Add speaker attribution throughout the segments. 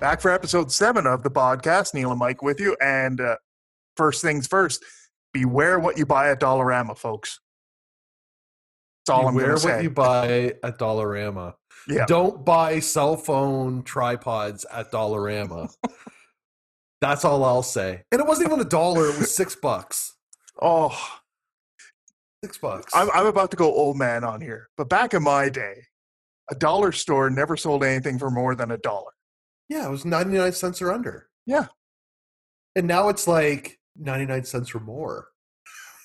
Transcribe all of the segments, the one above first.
Speaker 1: back for episode seven of the podcast. Neil and Mike with you. And uh, first things first, beware what you buy at Dollarama, folks. That's all I'm
Speaker 2: Beware
Speaker 1: going to
Speaker 2: what
Speaker 1: say.
Speaker 2: you buy at Dollarama.
Speaker 1: Yeah.
Speaker 2: Don't buy cell phone tripods at Dollarama. That's all I'll say. And it wasn't even a dollar; it was six bucks.
Speaker 1: oh,
Speaker 2: Six bucks.
Speaker 1: I'm, I'm about to go old man on here, but back in my day, a dollar store never sold anything for more than a dollar.
Speaker 2: yeah, it was ninety nine cents or under.
Speaker 1: Yeah.
Speaker 2: And now it's like ninety nine cents or more.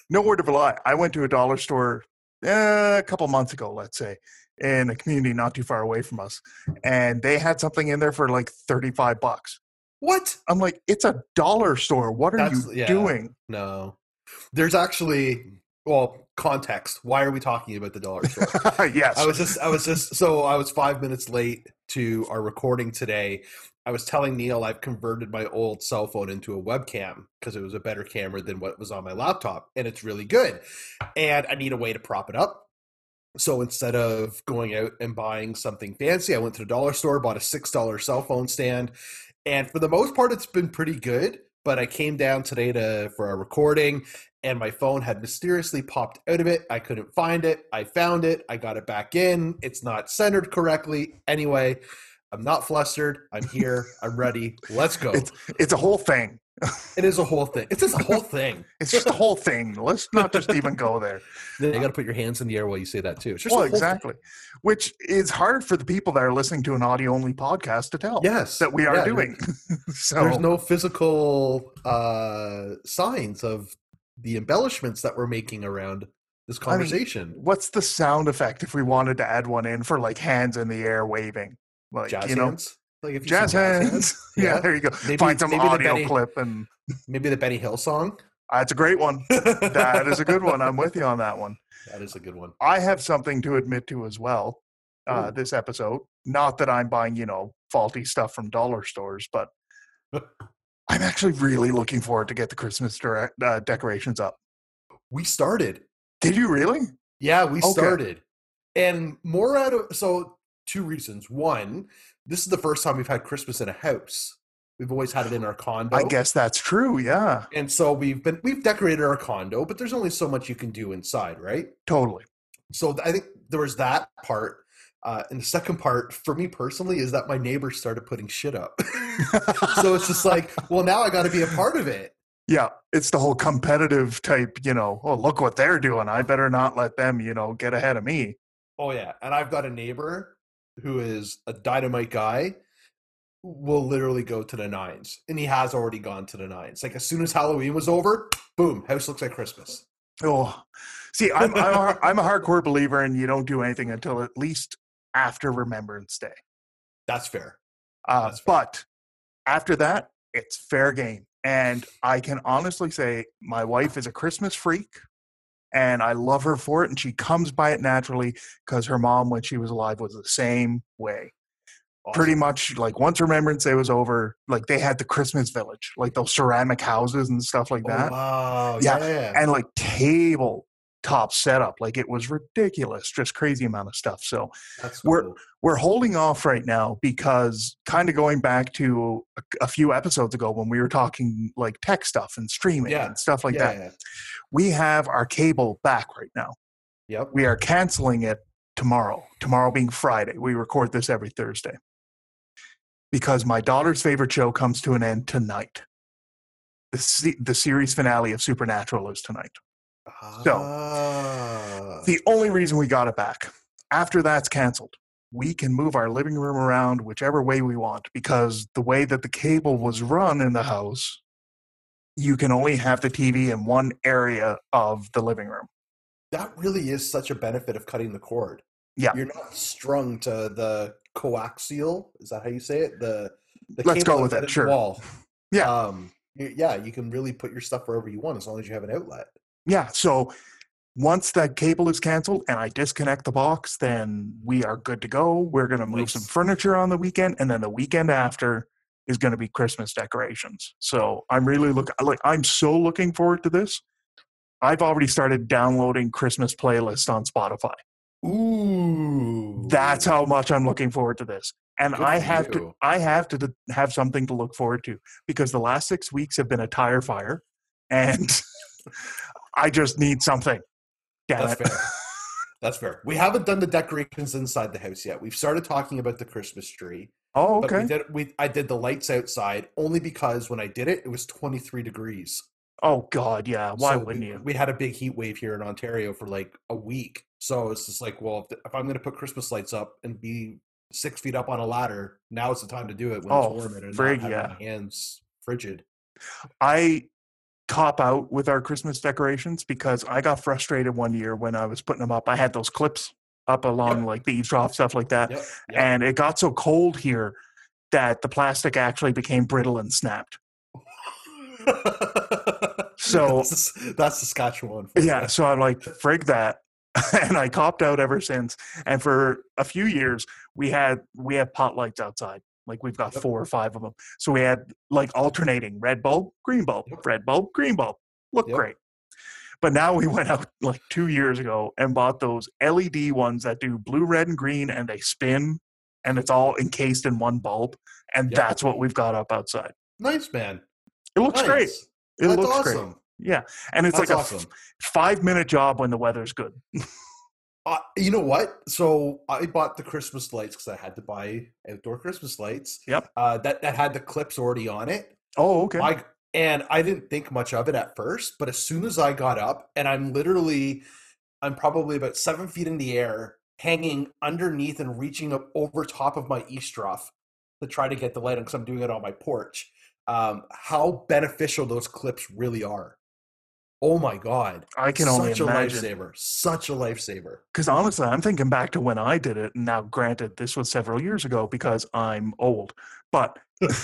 Speaker 1: No word of a lie. I went to a dollar store uh, a couple months ago, let's say, in a community not too far away from us, and they had something in there for like 35 bucks.
Speaker 2: What?
Speaker 1: I'm like, it's a dollar store. What are
Speaker 2: That's-
Speaker 1: you
Speaker 2: yeah.
Speaker 1: doing?
Speaker 2: No. There's actually well context. Why are we talking about the dollar store?
Speaker 1: yes.
Speaker 2: I was just, I was just, so I was five minutes late to our recording today. I was telling Neil I've converted my old cell phone into a webcam because it was a better camera than what was on my laptop, and it's really good. And I need a way to prop it up. So instead of going out and buying something fancy, I went to the dollar store, bought a $6 cell phone stand. And for the most part, it's been pretty good. But I came down today to for a recording and my phone had mysteriously popped out of it. I couldn't find it. I found it. I got it back in. It's not centered correctly. Anyway, I'm not flustered. I'm here. I'm ready. Let's go. It's,
Speaker 1: it's a whole thing.
Speaker 2: a whole thing. It's just a whole thing.
Speaker 1: It's just a whole thing. Let's not just even go there.
Speaker 2: you got to put your hands in the air while you say that too. It's just a
Speaker 1: Well,
Speaker 2: whole thing.
Speaker 1: exactly. Which is hard for the people that are listening to an audio only podcast to tell.
Speaker 2: Yes,
Speaker 1: that we are
Speaker 2: Yeah,
Speaker 1: doing. so
Speaker 2: There's no physical uh, signs of the embellishments that we're making around this
Speaker 1: I mean,
Speaker 2: conversation.
Speaker 1: what's the sound effect if we wanted to add one in for like hands in the air waving? Like
Speaker 2: jazz
Speaker 1: you know
Speaker 2: hands. Like if you see
Speaker 1: jazz hands. Yeah,
Speaker 2: Yeah.
Speaker 1: there you go.
Speaker 2: Maybe,
Speaker 1: Find some
Speaker 2: maybe the
Speaker 1: audio
Speaker 2: Benny-
Speaker 1: clip and
Speaker 2: Maybe the Benny Hill song.
Speaker 1: that's a great one. That is a good one. I'm with you on that one.
Speaker 2: That is a good one.
Speaker 1: I have something to admit to as well. Uh,
Speaker 2: Ooh.
Speaker 1: this episode. Not that I'm buying, you know, faulty stuff from dollar stores, but I'm actually really looking forward to get the Christmas direct, uh, decorations up.
Speaker 2: We started.
Speaker 1: Did you really?
Speaker 2: Yeah, we
Speaker 1: Okay.
Speaker 2: started. And more out of so two reasons. One, this is the first time we've had Christmas in a house. We've always had it in our condo.
Speaker 1: I guess that's true. Yeah,
Speaker 2: And so we've been we've decorated our condo, but there's only so much you can do inside, right?
Speaker 1: totally.
Speaker 2: So I think there was that part. Uh, and the second part for me personally is that my neighbors started putting shit up. so it's just like, well, now I got to be a part of it.
Speaker 1: Yeah, it's the whole competitive type, you know, oh, look what they're doing. I better not let them, you know, get ahead of me.
Speaker 2: Oh yeah, and I've got a neighbor who is a dynamite guy. Will literally go to the nines, and he has already gone to the nines. Like as soon as Halloween was over, boom, house looks like Christmas.
Speaker 1: Oh, see, I'm, I'm, a, har- I'm a hardcore believer in you don't do anything until at least after Remembrance Day.
Speaker 2: That's fair.
Speaker 1: Uh,
Speaker 2: That's fair.
Speaker 1: but after that, it's fair game. And I can honestly say my wife is a Christmas freak and I love her for it. And she comes by it naturally because her mom, when she was alive, was the same way. pretty much like once Remembrance Day was over, like they had the Christmas village, like those ceramic houses and stuff like
Speaker 2: Awesome.
Speaker 1: that,
Speaker 2: Oh, wow.
Speaker 1: Yeah,
Speaker 2: Yeah.
Speaker 1: and like table top setup. Like it was ridiculous, just crazy amount of stuff. So
Speaker 2: That's
Speaker 1: we're-
Speaker 2: cool.
Speaker 1: we're holding off right now because kind of going back to a, a few episodes ago when we were talking like tech stuff and streaming
Speaker 2: Yeah,
Speaker 1: and stuff like
Speaker 2: yeah,
Speaker 1: that, we have our cable back right now.
Speaker 2: yeah. Yep.
Speaker 1: We are canceling it tomorrow, tomorrow being Friday. We record this every Thursday because my daughter's favorite show comes to an end tonight. The, se- the series finale of Supernatural is tonight. so-
Speaker 2: Ah.
Speaker 1: The only reason we got it back, after that's canceled, we can move our living room around whichever way we want because the way that the cable was run in the house, you can only have the TV in one area of the living room.
Speaker 2: that really is such a benefit of cutting the cord.
Speaker 1: Yeah.
Speaker 2: You're not strung to the coaxial. Is that how you say it? The, the
Speaker 1: Let's go
Speaker 2: cable
Speaker 1: with
Speaker 2: outside
Speaker 1: it,
Speaker 2: of the
Speaker 1: sure.
Speaker 2: Wall.
Speaker 1: Yeah.
Speaker 2: Um, y- yeah. You can really put your stuff wherever you want as long as you have an outlet.
Speaker 1: Yeah, so once that cable is canceled and I disconnect the box, then we are good to go. We're going to move some
Speaker 2: Nice.
Speaker 1: furniture on the weekend, and then the weekend after is going to be Christmas decorations. So I'm really looking like I'm so looking forward to this. I've already started downloading Christmas playlists on Spotify.
Speaker 2: Ooh.
Speaker 1: That's how much I'm looking forward to this. And
Speaker 2: Good
Speaker 1: I
Speaker 2: for
Speaker 1: have to
Speaker 2: you.
Speaker 1: I have to th- have something to look forward to because the last 6 weeks have been a tire fire and I just need something. Damn
Speaker 2: That's
Speaker 1: it.
Speaker 2: fair. That's fair. We haven't done the decorations inside the house yet. We've started talking about the Christmas tree.
Speaker 1: Oh,
Speaker 2: But we
Speaker 1: okay.
Speaker 2: did we I did the lights outside only because when I did it, it was 23 degrees.
Speaker 1: Oh god, yeah. Why
Speaker 2: So
Speaker 1: wouldn't
Speaker 2: we,
Speaker 1: you?
Speaker 2: We had a big heat wave here in Ontario for like a week. So it's just like, well, if, th- if I'm going to put Christmas lights up and be six feet up on a ladder, now is the time to do it when
Speaker 1: Oh,
Speaker 2: it's warm and I'm
Speaker 1: frig,
Speaker 2: not having
Speaker 1: yeah.
Speaker 2: my hands frigid.
Speaker 1: I cop out with our Christmas decorations because I got frustrated one year when I was putting them up. I had those clips up along
Speaker 2: Yep.
Speaker 1: like the eavesdrop stuff like that.
Speaker 2: Yep, yep.
Speaker 1: and it got so cold here that the plastic actually became brittle and snapped. So-
Speaker 2: that's, the s- that's Saskatchewan. for
Speaker 1: Yeah,
Speaker 2: you.
Speaker 1: so I'm like, frig that. and I copped out ever since. And for a few years, we had we have pot lights outside. Like we've got
Speaker 2: Yep.
Speaker 1: four or five of them. So we had like alternating red bulb, green bulb,
Speaker 2: Yep.
Speaker 1: red bulb, green bulb. Look
Speaker 2: Yep.
Speaker 1: great. But now we went out like two years ago and bought those LED ones that do blue, red, and green, and they spin, and it's all encased in one bulb. And
Speaker 2: Yep.
Speaker 1: that's what we've got up outside.
Speaker 2: Nice, man.
Speaker 1: It looks
Speaker 2: Nice.
Speaker 1: great. It
Speaker 2: that's
Speaker 1: looks
Speaker 2: awesome.
Speaker 1: great. Yeah. And it's
Speaker 2: That's
Speaker 1: like
Speaker 2: awesome.
Speaker 1: a five minute job when the weather's good.
Speaker 2: Uh, you know what? So I bought the Christmas lights because I had to buy outdoor Christmas lights.
Speaker 1: Yep.
Speaker 2: Uh, that that had the clips already on it.
Speaker 1: Oh, okay.
Speaker 2: I and I didn't think much of it at first, but as soon as I got up, and I'm literally, I'm probably about seven feet in the air, hanging underneath and reaching up over top of my eavesdrop to try to get the light on because I'm doing it on my porch. Um, how beneficial those clips really are. Oh my god!
Speaker 1: I can only
Speaker 2: Such a
Speaker 1: imagine.
Speaker 2: lifesaver. Such a lifesaver.
Speaker 1: Because honestly, I'm thinking back to when I did it. and Now, granted, this was several years ago because I'm old, but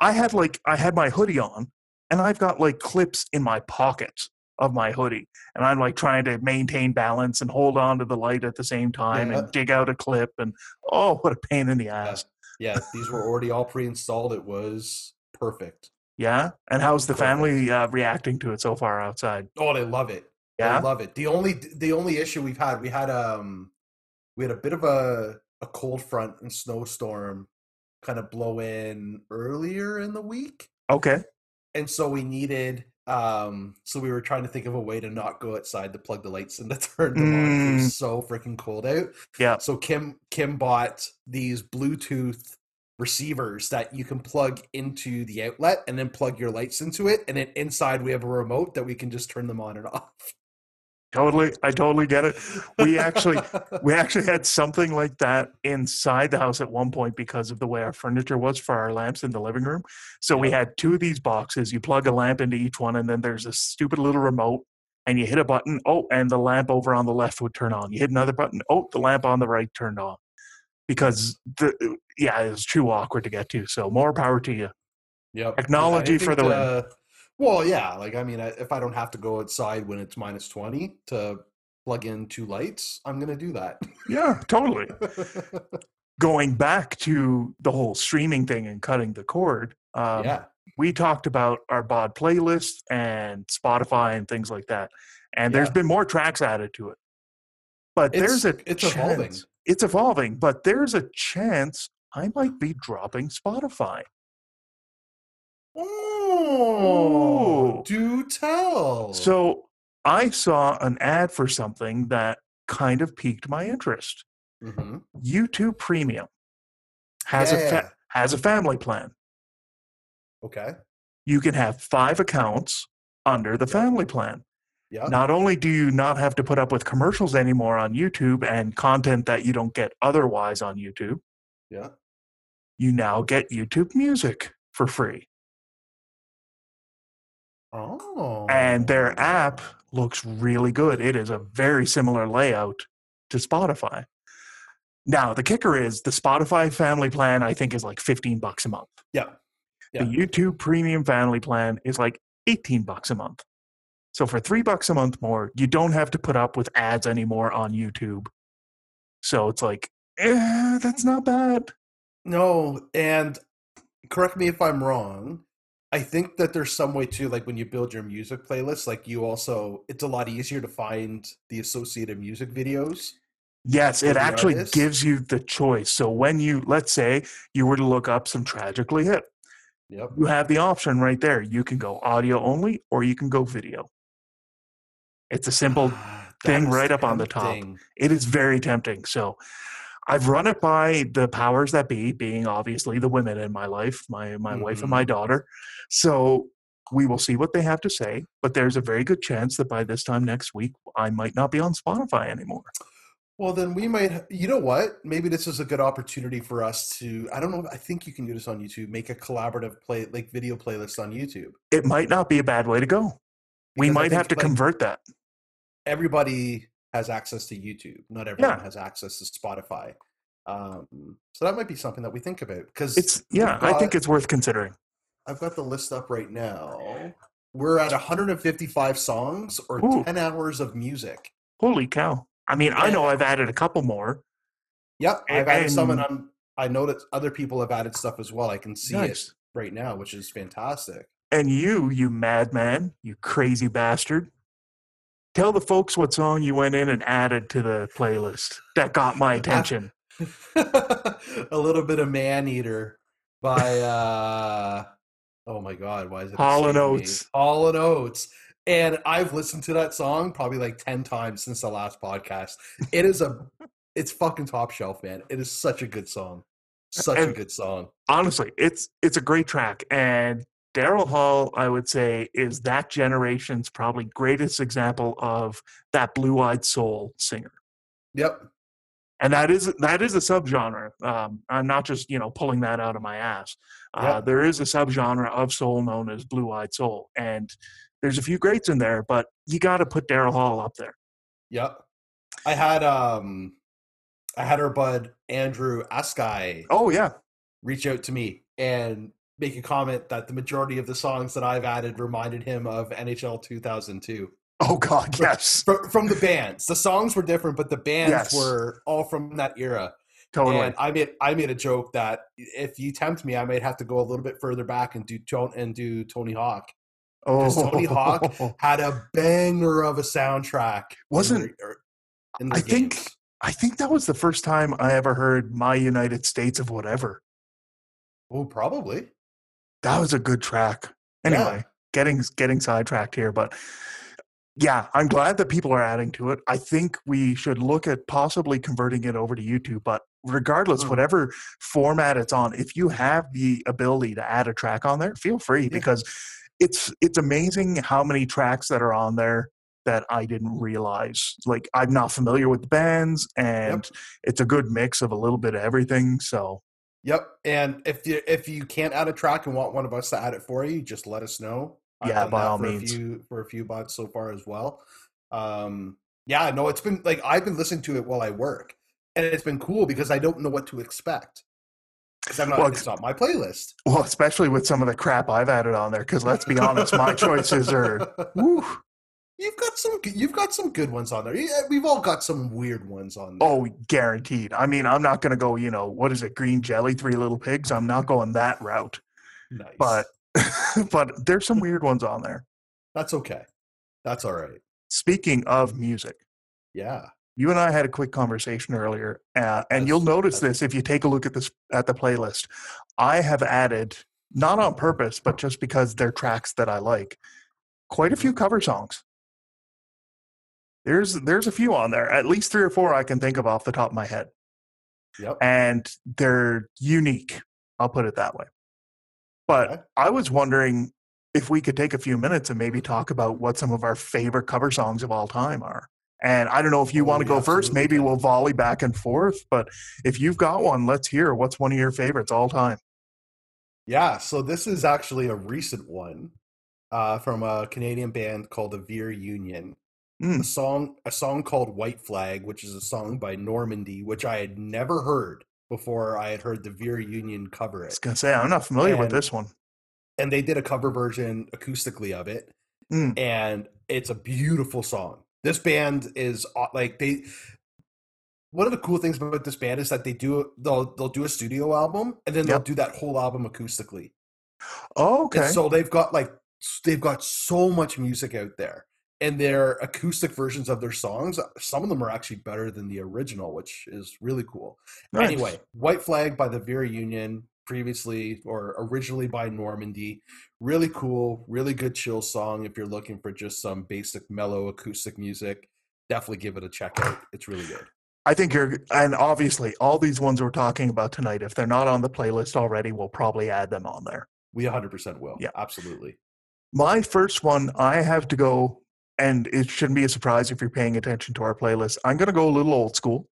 Speaker 1: I had like, I had my hoodie on and I've got like clips in my pocket of my hoodie. And I'm like trying to maintain balance and hold on to the light at the same time
Speaker 2: Yeah.
Speaker 1: and dig out a clip. And oh, what a pain in the ass.
Speaker 2: Yeah, these were already all pre-installed. It was perfect.
Speaker 1: Yeah. And how's the
Speaker 2: Perfect.
Speaker 1: family uh, reacting to it so far outside?
Speaker 2: Oh, they love it.
Speaker 1: Yeah.
Speaker 2: They love it. The only the only issue we've had, we had um we had a bit of a a cold front and snowstorm kind of blow in earlier in the week.
Speaker 1: Okay.
Speaker 2: And so we needed um so we were trying to think of a way to not go outside to plug the lights and to turn them on. It was so freaking cold out.
Speaker 1: Mm. Yeah.
Speaker 2: So Kim Kim bought these Bluetooth receivers that you can plug into the outlet and then plug your lights into it. And then inside we have a remote that we can just turn them on and off.
Speaker 1: Totally. I totally get it. We actually- We actually had something like that inside the house at one point because of the way our furniture was for our lamps in the living room. So we
Speaker 2: Yeah.
Speaker 1: had two of these boxes. You plug a lamp into each one, and then there's a stupid little remote, and you hit a button. Oh, and the lamp over on the left would turn on. You hit another button. Oh, the lamp on the right turned on. Because the yeah, it's too awkward to get to. So more power to you.
Speaker 2: Yep.
Speaker 1: Technology for the win.
Speaker 2: uh, well, yeah. Like I mean, I, if I don't have to go outside when it's minus twenty to plug in two lights, I'm gonna do that.
Speaker 1: Yeah, totally. Going back to the whole streaming thing and cutting the cord. Um,
Speaker 2: yeah.
Speaker 1: we talked about our bod playlist and Spotify and things like that. And there's
Speaker 2: Yeah.
Speaker 1: been more tracks added to it. But there's a
Speaker 2: It's- it's evolving.
Speaker 1: chance- It's evolving, but there's a chance I might be dropping Spotify.
Speaker 2: Oh,
Speaker 1: Ooh.
Speaker 2: do tell.
Speaker 1: So I saw an ad for something that kind of piqued my interest.
Speaker 2: Mhm.
Speaker 1: YouTube Premium has a
Speaker 2: Yeah.
Speaker 1: fa- has a family plan.
Speaker 2: okay.
Speaker 1: You can have 5 accounts under the
Speaker 2: Yep.
Speaker 1: family plan.
Speaker 2: Yeah.
Speaker 1: not only do you not have to put up with commercials anymore on YouTube and content that you don't get otherwise on YouTube,
Speaker 2: Yeah.
Speaker 1: you now get YouTube music for free.
Speaker 2: Oh.
Speaker 1: And their app looks really good. It is a very similar layout to Spotify. Now, the kicker is the Spotify family plan, I think, is like 15 bucks a month.
Speaker 2: Yeah. Yeah.
Speaker 1: The YouTube premium family plan is like 18 bucks a month. So for three bucks a month more, you don't have to put up with ads anymore on YouTube. So it's like, eh, that's not bad.
Speaker 2: No, and correct me if I'm wrong. I think that there's some way too, like when you build your music playlist, like you also, it's a lot easier to find the associated music videos
Speaker 1: Yes, it
Speaker 2: the
Speaker 1: actually
Speaker 2: artist?
Speaker 1: gives you the choice. So when you, let's say, you were to look up some tragically hip,
Speaker 2: Yep.
Speaker 1: you have the option right there. You can go audio only, or you can go video. It's a simple.
Speaker 2: Ah, that
Speaker 1: thing
Speaker 2: is
Speaker 1: right up on the top.
Speaker 2: tempting.
Speaker 1: It is very tempting. So, I've run it by the powers that be, being obviously the women in my life, my my wife and my
Speaker 2: Mm-hmm.
Speaker 1: daughter. So we will see what they have to say. But there's a very good chance that by this time next week, I might not be on Spotify anymore.
Speaker 2: Well, then we might. You know what? Maybe this is a good opportunity for us to. I don't know. I think you can do this on YouTube. Make a collaborative play, like video playlist on YouTube.
Speaker 1: It might not be a bad way to go. We
Speaker 2: Because I
Speaker 1: might have to
Speaker 2: think, like,
Speaker 1: convert that.
Speaker 2: Everybody has access to YouTube. Not everyone has access to Spotify. Um, so that might be something that we think about because
Speaker 1: It's yeah, I think
Speaker 2: got-
Speaker 1: it's worth considering.
Speaker 2: I've got the list up right now. We're at 155 songs or
Speaker 1: Ooh.
Speaker 2: 10 hours of music.
Speaker 1: Holy cow! I mean, I know I've added a couple more.
Speaker 2: Yep, I've added some, and
Speaker 1: And-
Speaker 2: I'm, I know that other people have added stuff as well. I can see it
Speaker 1: Nice.
Speaker 2: right now, which is fantastic.
Speaker 1: And you, you madman, you crazy bastard. Tell the folks what song you went in and added to the playlist that got my attention.
Speaker 2: a little bit of man eater by uh oh my god why is it
Speaker 1: Hall and
Speaker 2: escaping me?
Speaker 1: Oates.
Speaker 2: hall and oates and i've listened to that song probably like 10 times since the last podcast it is a it's fucking top shelf man it is such a good song such a
Speaker 1: And-
Speaker 2: good song
Speaker 1: Honestly, it's it's a great track. And Daryl Hall, I would say, is that generation's probably greatest example of that blue-eyed soul singer.
Speaker 2: yep
Speaker 1: And that is that is a subgenre. Um, I'm not just you know pulling that out of my ass. Uh,
Speaker 2: Yeah.
Speaker 1: There is a subgenre of soul known as blue-eyed soul, and there's a few greats in there, but you got to put Daryl Hall up there.
Speaker 2: yep i had um i had our bud andrew askai
Speaker 1: Oh yeah,
Speaker 2: reach out to me and make a comment that the majority of the songs that I've added reminded him of NHL 2002
Speaker 1: Oh God, yes,
Speaker 2: from, from the bands. The songs were different, but the bands
Speaker 1: Yes.
Speaker 2: were all from that era.
Speaker 1: totally.
Speaker 2: And I made I made a joke that if you tempt me, I might have to go a little bit further back and do Ton- and do Tony Hawk.
Speaker 1: oh,
Speaker 2: Tony Hawk Had a banger of a soundtrack. in
Speaker 1: Wasn't-
Speaker 2: the- er, in the
Speaker 1: I think-
Speaker 2: games.
Speaker 1: I think that was the first time I ever heard "My United States of Whatever."
Speaker 2: Oh, probably.
Speaker 1: That was a good track.
Speaker 2: Yeah.
Speaker 1: Anyway, getting getting sidetracked here, but yeah, I'm glad that people are adding to it. I think we should look at possibly converting it over to YouTube. But regardless,
Speaker 2: Mm.
Speaker 1: whatever format it's on, if you have the ability to add a track on there, feel free because it's it's amazing how many tracks that are on there that I didn't realize. Like I'm not familiar with the bands, and it's a good mix of a little bit of everything. So
Speaker 2: Yep. And if you if you can't add a track and want one of us to add it for you, just let us know.
Speaker 1: Yeah, by all
Speaker 2: for
Speaker 1: means.
Speaker 2: A few, for a few months so far as well. Um, yeah, no, it's been like I've been listening to it while I work, and it's been cool because I don't know what to expect. Because I'm not,
Speaker 1: Well,
Speaker 2: it's not my playlist.
Speaker 1: well, especially with some of the crap I've added on there, because let's be honest, Oh, my choices are. Woo,
Speaker 2: You've got some. g- You've got some good ones on there. Yeah, We've all got some weird ones on there.
Speaker 1: oh, guaranteed. I mean, I'm not going to go, you know, what is it, green jelly, three little pigs? I'm not going that route.
Speaker 2: nice.
Speaker 1: But but there's some weird ones on there.
Speaker 2: that's okay. That's all right.
Speaker 1: Speaking of music,
Speaker 2: Yeah.
Speaker 1: you and I had a quick conversation earlier, uh, and you'll
Speaker 2: Yes,
Speaker 1: notice
Speaker 2: yes.
Speaker 1: this if you take a look at this at the playlist. I have added, not on purpose, but just because they're tracks that I like, quite a
Speaker 2: Mm-hmm.
Speaker 1: few cover songs. There's there's a few on there, at least three or four I can think of off the top of my head,
Speaker 2: Yep.
Speaker 1: and they're unique. I'll put it that way. But
Speaker 2: Okay.
Speaker 1: I was wondering if we could take a few minutes and maybe talk about what some of our favorite cover songs of all time are. And I don't know if you
Speaker 2: Oh,
Speaker 1: want to
Speaker 2: we
Speaker 1: go first.
Speaker 2: absolutely
Speaker 1: Maybe
Speaker 2: can.
Speaker 1: we'll volley back and forth. But if you've got one, let's hear what's one of your favorites all time.
Speaker 2: Yeah, so this is actually a recent one uh, from a Canadian band called the Veer Union.
Speaker 1: Hmm.
Speaker 2: A song, a song called "White Flag," which is a song by Normandy, which I had never heard before. I had heard the Veer Union cover
Speaker 1: I was
Speaker 2: it,
Speaker 1: gonna say I'm not familiar with
Speaker 2: And-
Speaker 1: this one.
Speaker 2: and they did a cover version acoustically of it,
Speaker 1: Mm.
Speaker 2: and it's a beautiful song. This band is aw- like they. One of the cool things about this band is that they do they'll they'll do a studio album and then they'll
Speaker 1: Yep.
Speaker 2: do that whole album acoustically.
Speaker 1: Oh,
Speaker 2: And
Speaker 1: okay.
Speaker 2: so they've got like s- they've got so much music out there. and their acoustic versions of their songs uh, some of them are actually better than the original which is really cool
Speaker 1: Nice.
Speaker 2: anyway white flag by the vera union previously or originally by normandy really cool really good chill song if you're looking for just some basic mellow acoustic music definitely give it a check out it's really good
Speaker 1: I think you're, and obviously, all these ones we're talking about tonight, if they're not on the playlist already, we'll probably add them on there.
Speaker 2: we 100% will
Speaker 1: Yeah.
Speaker 2: absolutely
Speaker 1: My first one, I have to go, and it shouldn't be a surprise if you're paying attention to our playlist. I'm going to go a little old school.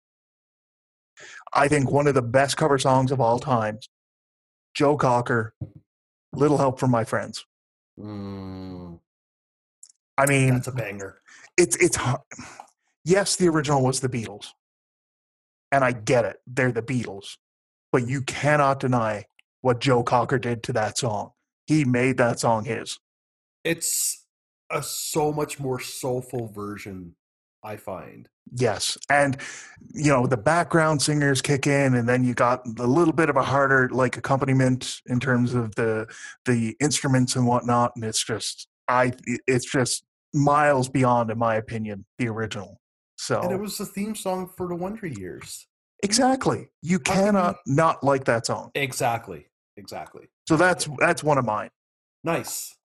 Speaker 1: I think one of the best cover songs of all time, Joe Cocker, Little Help from My Friends.
Speaker 2: Mm,
Speaker 1: I mean,
Speaker 2: that's a banger
Speaker 1: it's it's hard. Yes, the original was the Beatles, and I get it; they're the Beatles, but you cannot deny what Joe Cocker did to that song. He made that song his.
Speaker 2: it's a so much more soulful version i find
Speaker 1: Yes, and you know the background singers kick in, and then you got a little bit of a harder like accompaniment in terms of the the instruments and whatnot, and it's just I it's just miles beyond, in my opinion, the original. So
Speaker 2: and it was the theme song for the wonder years
Speaker 1: exactly, you
Speaker 2: How can you-
Speaker 1: cannot not like that song.
Speaker 2: exactly exactly
Speaker 1: So that's that's one of mine.
Speaker 2: Nice.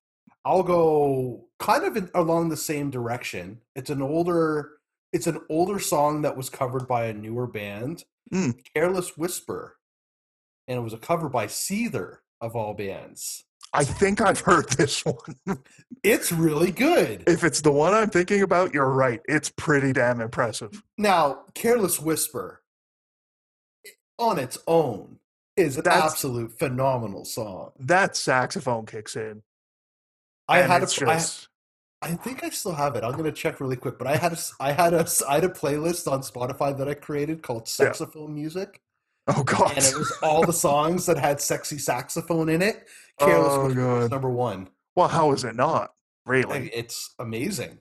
Speaker 2: I'll go kind of in, along the same direction. It's an older it's an older song that was covered by a newer band,
Speaker 1: Hmm.
Speaker 2: Careless Whisper. And it was a cover by Seether of all bands.
Speaker 1: I think I've heard this one.
Speaker 2: It's really good.
Speaker 1: If it's the one I'm thinking about, you're right. It's pretty damn impressive.
Speaker 2: Now, Careless Whisper eh, on its own is an
Speaker 1: That's-
Speaker 2: absolute phenomenal song.
Speaker 1: That saxophone kicks in.
Speaker 2: I
Speaker 1: and
Speaker 2: had a,
Speaker 1: it's
Speaker 2: I-
Speaker 1: just-
Speaker 2: I think I still have it. I'm gonna check really quick. But I had a, s- I had a, s- I had a playlist on Spotify that I created called
Speaker 1: Yeah.
Speaker 2: Saxophone Music,
Speaker 1: oh god.
Speaker 2: and it was all the songs that had sexy saxophone in it. Careless
Speaker 1: Oh,
Speaker 2: Whisper was
Speaker 1: God.
Speaker 2: number one.
Speaker 1: Well, how is it not?
Speaker 2: Like,
Speaker 1: Really?
Speaker 2: it's amazing.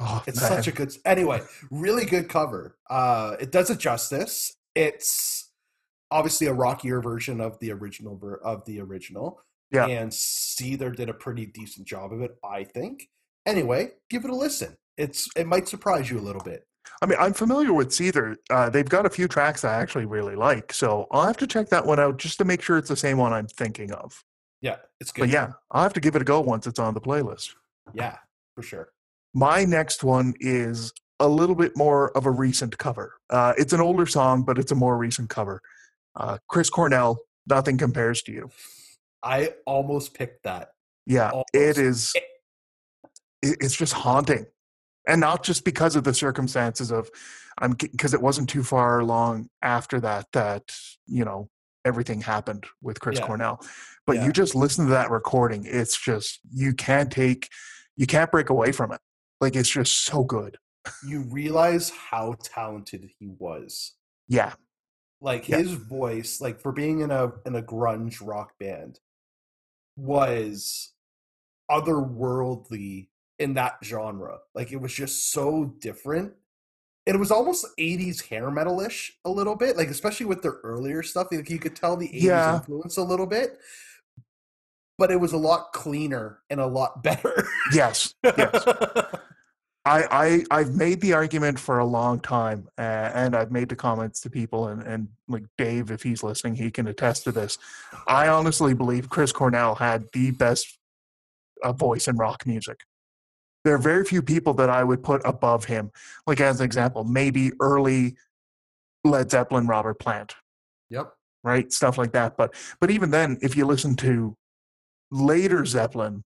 Speaker 1: Oh,
Speaker 2: It's
Speaker 1: man.
Speaker 2: such a good. Anyway, really good cover. Uh, it does it justice. It's obviously a rockier version of the original ver- of the original.
Speaker 1: Yeah.
Speaker 2: And Seether did a pretty decent job of it, I think. Anyway, give it a listen. It's it might surprise you a little bit.
Speaker 1: I mean, I'm familiar with Seether. Uh, they've got a few tracks I actually really like, so I'll have to check that one out just to make sure it's the same one I'm thinking of.
Speaker 2: Yeah, it's good.
Speaker 1: But yeah, I'll have to give it a go once it's on the playlist.
Speaker 2: yeah, for sure.
Speaker 1: My next one is a little bit more of a recent cover. Uh, it's an older song, but it's a more recent cover. Uh, Chris Cornell, Nothing Compares to You.
Speaker 2: I almost picked that.
Speaker 1: Yeah, it
Speaker 2: Almost.
Speaker 1: is. it- It's just haunting. And not just because of the circumstances of, I'm because it wasn't too far long after that that you know everything happened with Chris
Speaker 2: Yeah.
Speaker 1: Cornell, but
Speaker 2: Yeah.
Speaker 1: you just listen to that recording. It's just you can't take, you can't break away from it. Like it's just so good.
Speaker 2: You realize how talented he was.
Speaker 1: Yeah,
Speaker 2: Like
Speaker 1: Yeah.
Speaker 2: his voice, like for being in a in a grunge rock band, was otherworldly in that genre. Like it was just so different. And it was almost 80s hair metal-ish a little bit, like especially with their earlier stuff. Like you could tell the 80s
Speaker 1: Yeah.
Speaker 2: influence a little bit. But it was a lot cleaner and a lot better.
Speaker 1: yes, yes. I, I I've made the argument for a long time, uh, and I've made the comments to people, and and like Dave, if he's listening, he can attest to this. I honestly believe Chris Cornell had the best uh, voice in rock music. There are very few people that I would put above him. Like as an example, maybe early Led Zeppelin, Robert Plant,
Speaker 2: Yep.
Speaker 1: right, stuff like that. But but even then, if you listen to later Zeppelin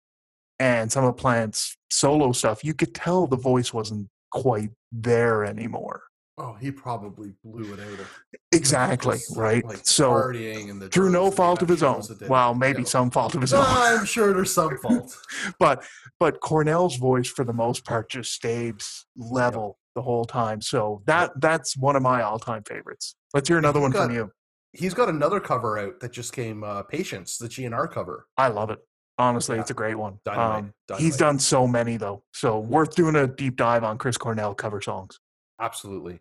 Speaker 1: and some of Plant's solo stuff, you could tell the voice wasn't quite there anymore.
Speaker 2: Oh, he probably blew it out of
Speaker 1: Exactly,
Speaker 2: just,
Speaker 1: right.
Speaker 2: like,
Speaker 1: so
Speaker 2: partying and the
Speaker 1: through
Speaker 2: drugs
Speaker 1: no
Speaker 2: and the
Speaker 1: fault of his own.
Speaker 2: actions that did-
Speaker 1: Well, maybe
Speaker 2: Yeah.
Speaker 1: some fault of his own.
Speaker 2: Ah, I'm sure there's some fault.
Speaker 1: but but Cornell's voice for the most part just stays level the whole time. So that that's one of my all time favorites. Let's hear another one from
Speaker 2: Good.
Speaker 1: you.
Speaker 2: He's got another cover out that just came, uh, Patience, the GNR cover.
Speaker 1: I love it. Honestly,
Speaker 2: Yeah.
Speaker 1: it's a great one. Um,
Speaker 2: Dynamite,
Speaker 1: He's
Speaker 2: dynamite.
Speaker 1: done so many though, so worth doing a deep dive on Chris Cornell cover songs.
Speaker 2: Absolutely.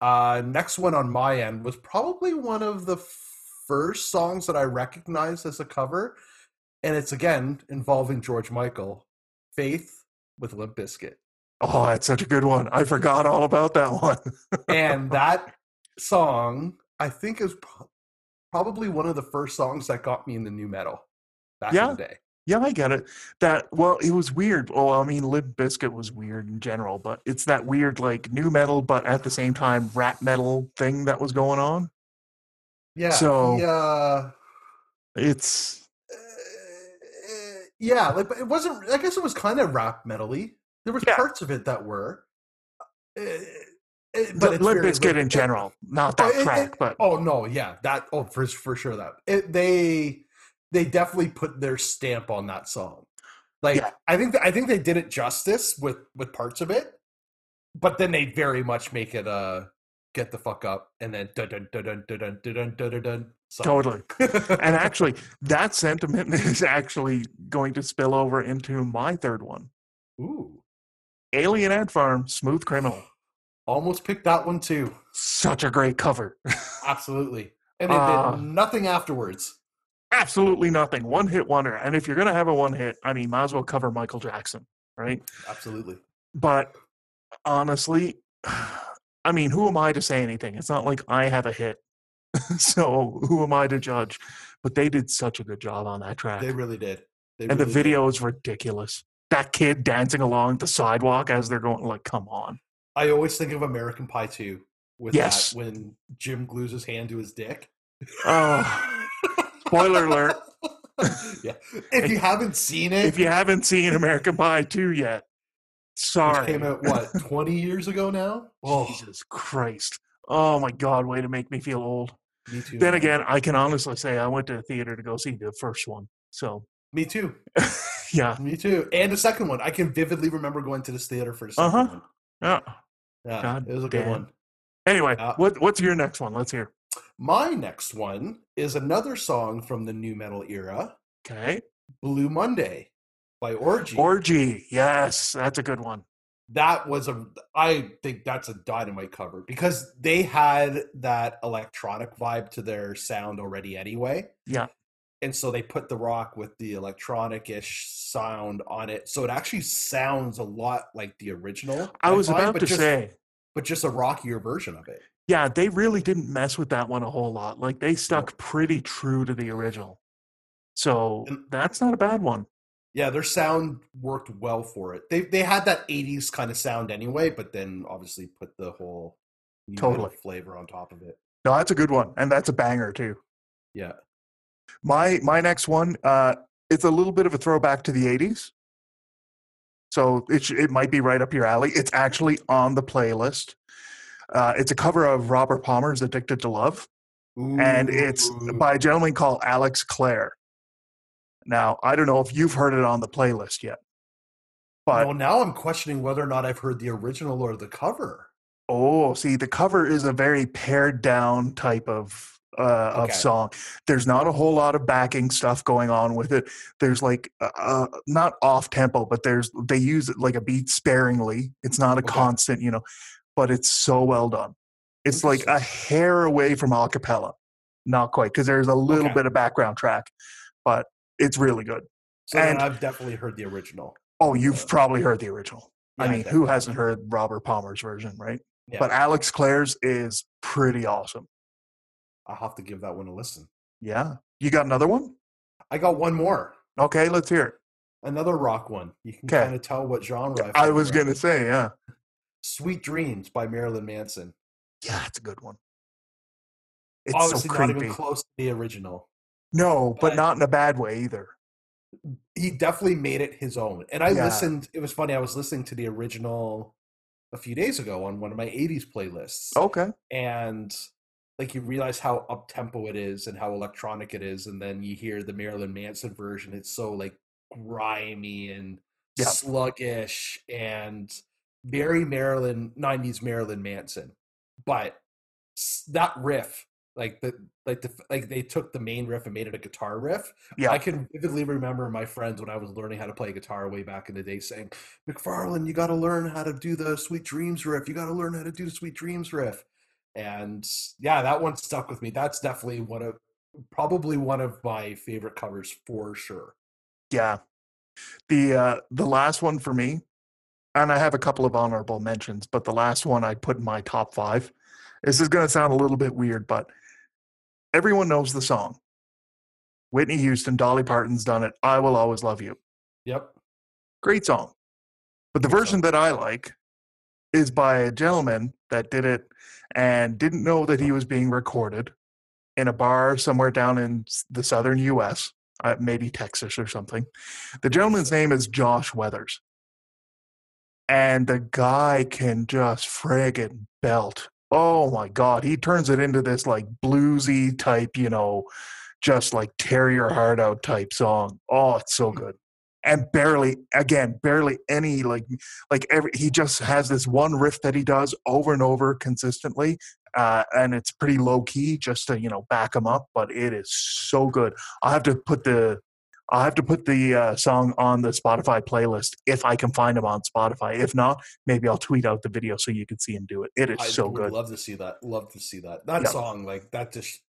Speaker 2: Uh, next one on my end was probably one of the first songs that I recognized as a cover, and it's again involving George Michael, Faith with Limp Bizkit.
Speaker 1: Oh, that's such a good one. I forgot all about that one.
Speaker 2: and that song, I think, is pro- probably one of the first songs that got me into new metal back
Speaker 1: Yeah.
Speaker 2: in the day.
Speaker 1: Yeah, I get it. That well, it was weird. Well, I mean, Limp Biscuit was weird in general, but it's that weird like new metal, but at the same time rap metal thing that was going on.
Speaker 2: Yeah.
Speaker 1: So-
Speaker 2: he, uh,
Speaker 1: It's
Speaker 2: uh, yeah, like but it wasn't. I guess it was kind of rap metally. There was
Speaker 1: Yeah.
Speaker 2: parts of it that were, uh, it-
Speaker 1: but
Speaker 2: it's
Speaker 1: Limp
Speaker 2: very-
Speaker 1: Biscuit in
Speaker 2: it-
Speaker 1: general, not
Speaker 2: Oh,
Speaker 1: that
Speaker 2: it-
Speaker 1: track,
Speaker 2: it-
Speaker 1: but
Speaker 2: Oh no, yeah, that oh for for sure that it, they they definitely put their stamp on that song. Like
Speaker 1: Yeah.
Speaker 2: I think I think they did it justice with with parts of it, but then they very much make it uh get the fuck up and then dun dun dun dun dun dun dun dun dun dun. song.
Speaker 1: totally. And actually, that sentiment is actually going to spill over into my third one.
Speaker 2: Ooh,
Speaker 1: Alien Ant Farm, Smooth Criminal.
Speaker 2: almost picked that one too.
Speaker 1: Such a great cover.
Speaker 2: Absolutely, and they
Speaker 1: Ah.
Speaker 2: did nothing afterwards.
Speaker 1: Absolutely nothing. One hit wonder. And if you're going to have a one hit, I mean, might as well cover Michael Jackson, right?
Speaker 2: Absolutely,
Speaker 1: but honestly i mean who am i to say anything it's not like i have a hit so who am i to judge but they did such a good job on that track
Speaker 2: they really did. They
Speaker 1: and the
Speaker 2: really did.
Speaker 1: video is ridiculous that kid dancing along the sidewalk as they're going like come on
Speaker 2: I always think of American Pie 2 with
Speaker 1: Yes.
Speaker 2: that when Jim glues his hand to his dick.
Speaker 1: oh spoiler alert
Speaker 2: yeah. If you haven't seen it,
Speaker 1: if you haven't seen american pie 2 yet
Speaker 2: which
Speaker 1: sorry
Speaker 2: came out what, 20 years ago now? Oh,
Speaker 1: jesus christ oh my god way to make me feel old
Speaker 2: Oh, me too.
Speaker 1: then
Speaker 2: man.
Speaker 1: again i can honestly say i went to the theater to go see the first one so
Speaker 2: me too.
Speaker 1: yeah
Speaker 2: Me too. And the second one. I can vividly remember going to this theater for the 2nd
Speaker 1: Uh-huh.
Speaker 2: one.
Speaker 1: yeah
Speaker 2: Yeah.
Speaker 1: God
Speaker 2: it was a good
Speaker 1: damn.
Speaker 2: one.
Speaker 1: Anyway,
Speaker 2: Uh,
Speaker 1: what what's your next one? Let's hear.
Speaker 2: My next one is another song from the new metal era,
Speaker 1: Okay.
Speaker 2: Blue Monday by Orgy.
Speaker 1: Orgy. Yes, that's a good one.
Speaker 2: that was a i think that's a dynamite cover because they had that electronic vibe to their sound already anyway
Speaker 1: Yeah.
Speaker 2: and so they put the rock with the electronic-ish sound on it so it actually sounds a lot like the original
Speaker 1: I was
Speaker 2: find,
Speaker 1: about
Speaker 2: but
Speaker 1: to
Speaker 2: just,
Speaker 1: say,
Speaker 2: but just a rockier version of it
Speaker 1: yeah, they really didn't mess with that one a whole lot. Like they stuck pretty true to the original. So
Speaker 2: And-
Speaker 1: that's not a bad one.
Speaker 2: yeah their sound worked well for it they, they had that 80s kind of sound anyway but then obviously put the whole new metal
Speaker 1: Totally.
Speaker 2: flavor on top of it
Speaker 1: No, that's a good one, and that's a banger too.
Speaker 2: yeah
Speaker 1: My my next one, uh, it's a little bit of a throwback to the '80s, so it sh- it might be right up your alley. It's actually on the playlist. Uh, it's a cover of Robert Palmer's "Addicted to Love." and it's
Speaker 2: Ooh.
Speaker 1: by a gentleman called Alex Clare. Now, I don't know if you've heard it on the playlist yet, but
Speaker 2: well, now I'm questioning whether or not I've heard the original or the cover.
Speaker 1: oh, see, the cover is a very pared down type of uh,
Speaker 2: Okay.
Speaker 1: of song. There's not a whole lot of backing stuff going on with it. There's like uh, uh, not off tempo, but there's they use it like a beat sparingly. It's not a
Speaker 2: Okay.
Speaker 1: constant, you know, but it's so well done. It's like a hair away from a cappella. Not quite, because there's a little
Speaker 2: Okay.
Speaker 1: bit of background track, but it's really good.
Speaker 2: So then
Speaker 1: and-
Speaker 2: I've definitely heard the original.
Speaker 1: Oh, you've
Speaker 2: Yeah.
Speaker 1: probably heard the original. I
Speaker 2: Yeah,
Speaker 1: mean,
Speaker 2: def-
Speaker 1: who hasn't heard Robert Palmer's version, right?
Speaker 2: yeah,
Speaker 1: But Alex Clare's is pretty awesome.
Speaker 2: I'll have to give that one a listen.
Speaker 1: Yeah. You got another one?
Speaker 2: I got one more,
Speaker 1: Okay, let's hear it.
Speaker 2: another rock one. You can
Speaker 1: 'Kay.
Speaker 2: kind of tell what genre.
Speaker 1: I was
Speaker 2: going
Speaker 1: going to say, yeah.
Speaker 2: "Sweet Dreams" by Marilyn Manson.
Speaker 1: Yeah, that's a good one. It's
Speaker 2: obviously
Speaker 1: so
Speaker 2: not
Speaker 1: creepy.
Speaker 2: even close to the original.
Speaker 1: no, but
Speaker 2: but-
Speaker 1: not in a bad way either.
Speaker 2: He definitely made it his own. And I
Speaker 1: Yeah.
Speaker 2: listened. It was funny. I was listening to the original a few days ago on one of my '80s playlists.
Speaker 1: Okay.
Speaker 2: and like you realize how up tempo it is and how electronic it is, and then you hear the Marilyn Manson version. It's so like grimy and
Speaker 1: Yeah.
Speaker 2: sluggish and very Marilyn '90s Marilyn Manson, but s- that riff, like the like the like they took the main riff and made it a guitar riff.
Speaker 1: Yeah.
Speaker 2: I can vividly remember my friends when I was learning how to play guitar way back in the day saying, McFarlane, you got to learn how to do the Sweet Dreams riff. You got to learn how to do the Sweet Dreams riff. And yeah, that one stuck with me. That's definitely one of, probably one of my favorite covers for sure.
Speaker 1: Yeah. The uh the last one for me and I have a couple of honorable mentions, but the last one I put in my top five. This is going to sound a little bit weird, but everyone knows the song. Whitney Houston, Dolly Parton's done it. I will always love you.
Speaker 2: Yep.
Speaker 1: Great song. But the
Speaker 2: Great
Speaker 1: version that I like is by a gentleman that did it and didn't know that he was being recorded in a bar somewhere down in s- the southern US, uh, maybe Texas or something. The gentleman's name is Josh Weathers. And the guy can just friggin' belt. Oh my God. He turns it into this like bluesy type, you know, just like tear your heart out type song. Oh, it's so good. And barely, again, barely any like, like every, he just has this one riff that he does over and over consistently. Uh, and it's pretty low key just to, you know, back him up, but it is so good. I'll have to put the, I'll have to put the uh, song on the Spotify playlist if I can find him on Spotify. If not, maybe I'll tweet out the video so you can see him do it. It is
Speaker 2: I
Speaker 1: so
Speaker 2: would
Speaker 1: good.
Speaker 2: love to see that. Love to see that. That
Speaker 1: Yep.
Speaker 2: song, like that just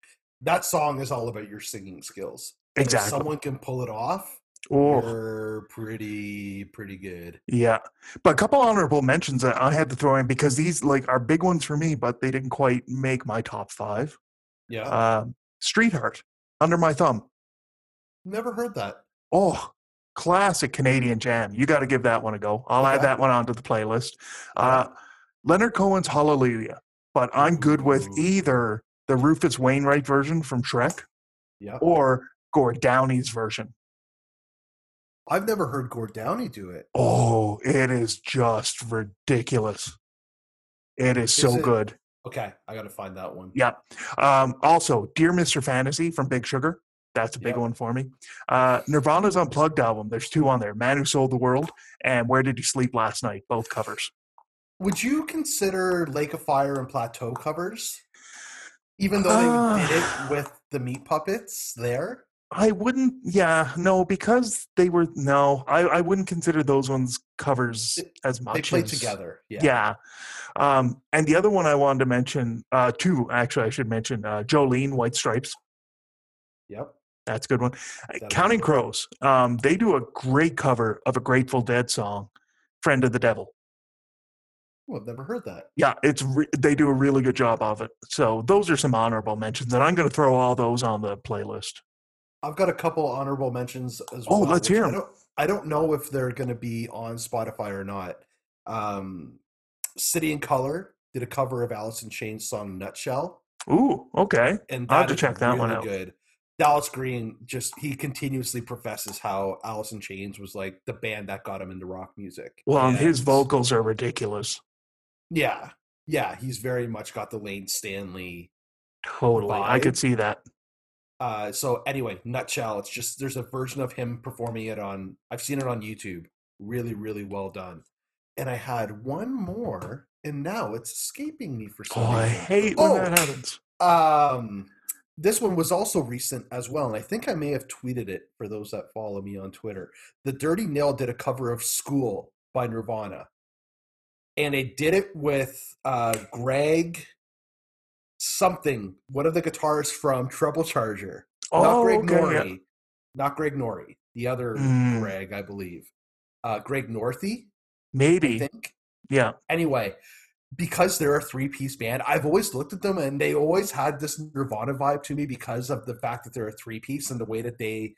Speaker 2: that song is all about your singing skills. And if
Speaker 1: Exactly.
Speaker 2: someone can pull it off,
Speaker 1: Oh.
Speaker 2: you're pretty pretty good.
Speaker 1: Yeah, but a couple honorable mentions that I had to throw in because these like are big ones for me, but they didn't quite make my top five.
Speaker 2: Yeah.
Speaker 1: Um, Street Heart, Under My Thumb.
Speaker 2: Never heard that.
Speaker 1: Oh, classic Canadian jam. You got to give that one a go. I'll add
Speaker 2: Okay.
Speaker 1: that one onto the playlist. Uh, Leonard Cohen's Hallelujah, but I'm good with
Speaker 2: Ooh.
Speaker 1: either the Rufus Wainwright version from Shrek
Speaker 2: Uh-huh. Yeah.
Speaker 1: or Gord Downey's version.
Speaker 2: I've never heard Gord Downey do it.
Speaker 1: Oh, it is just ridiculous. It is so
Speaker 2: Is it-
Speaker 1: good.
Speaker 2: Okay, I gotta find that one.
Speaker 1: Yeah. Um, also, Dear Mr. Fantasy from Big Sugar. That's a big
Speaker 2: Yep.
Speaker 1: one for me. Uh, Nirvana's Unplugged album. There's two on there Man Who Sold the World and Where Did You Sleep Last Night? Both covers.
Speaker 2: Would you consider Lake of Fire and Plateau covers? Even though they did
Speaker 1: Ah.
Speaker 2: it with the meat puppets there?
Speaker 1: I wouldn't, yeah, no, because they were, no, I, I wouldn't consider those ones covers
Speaker 2: They-
Speaker 1: as much.
Speaker 2: They played
Speaker 1: as-
Speaker 2: together. Yeah.
Speaker 1: Yeah. Um, and the other one I wanted to mention, uh, two actually, I should mention uh, Jolene, White Stripes.
Speaker 2: Yep.
Speaker 1: That's a good one. Uh,
Speaker 2: That'll
Speaker 1: Counting
Speaker 2: do it.
Speaker 1: Crows. Um, they do a great cover of a Grateful Dead song, "Friend of the Devil."
Speaker 2: Oh, I've never heard that.
Speaker 1: Yeah, it's re- they do a really good job of it. So those are some honorable mentions, and I'm going to throw all those on the playlist.
Speaker 2: I've got a couple honorable mentions as
Speaker 1: Oh,
Speaker 2: well.
Speaker 1: let's
Speaker 2: which
Speaker 1: hear
Speaker 2: I
Speaker 1: 'em.
Speaker 2: don't, I don't know if they're going to be on Spotify or not. Um, City in Color did a cover of Alice in Chains' song "Nutshell,"
Speaker 1: Ooh, okay,
Speaker 2: and
Speaker 1: I'll have to
Speaker 2: is
Speaker 1: check that one
Speaker 2: really
Speaker 1: out.
Speaker 2: Good. Dallas Green just he continuously professes how Alice in Chains was like the band that got him into rock music.
Speaker 1: well, and his
Speaker 2: And-
Speaker 1: vocals are ridiculous.
Speaker 2: Yeah, yeah, he's very much got the Lane Stanley
Speaker 1: Totally, I could
Speaker 2: Vibe.
Speaker 1: see that.
Speaker 2: Uh, so anyway, nutshell, it's just there's a version of him performing it on. I've seen it on YouTube. Really, really well done. And I had one more, and now it's escaping me for some
Speaker 1: Oh, I
Speaker 2: reason.
Speaker 1: hate when
Speaker 2: Oh.
Speaker 1: that happens.
Speaker 2: Um, this one was also recent as well, and I think I may have tweeted it for those that follow me on Twitter. The Dirty Nail did a cover of "School" by Nirvana, and they did it with uh, Greg something, one of the guitarists from Treble Charger not
Speaker 1: Oh,
Speaker 2: Greg
Speaker 1: okay, yeah.
Speaker 2: Norrie, not Greg Norrie, the other
Speaker 1: Mm.
Speaker 2: Greg, I believe, uh, Greg Northey, I
Speaker 1: maybe,
Speaker 2: think.
Speaker 1: yeah.
Speaker 2: Anyway, because they're a three-piece band, I've always looked at them and they always had this Nirvana vibe to me because of the fact that they're a three-piece and the way that they,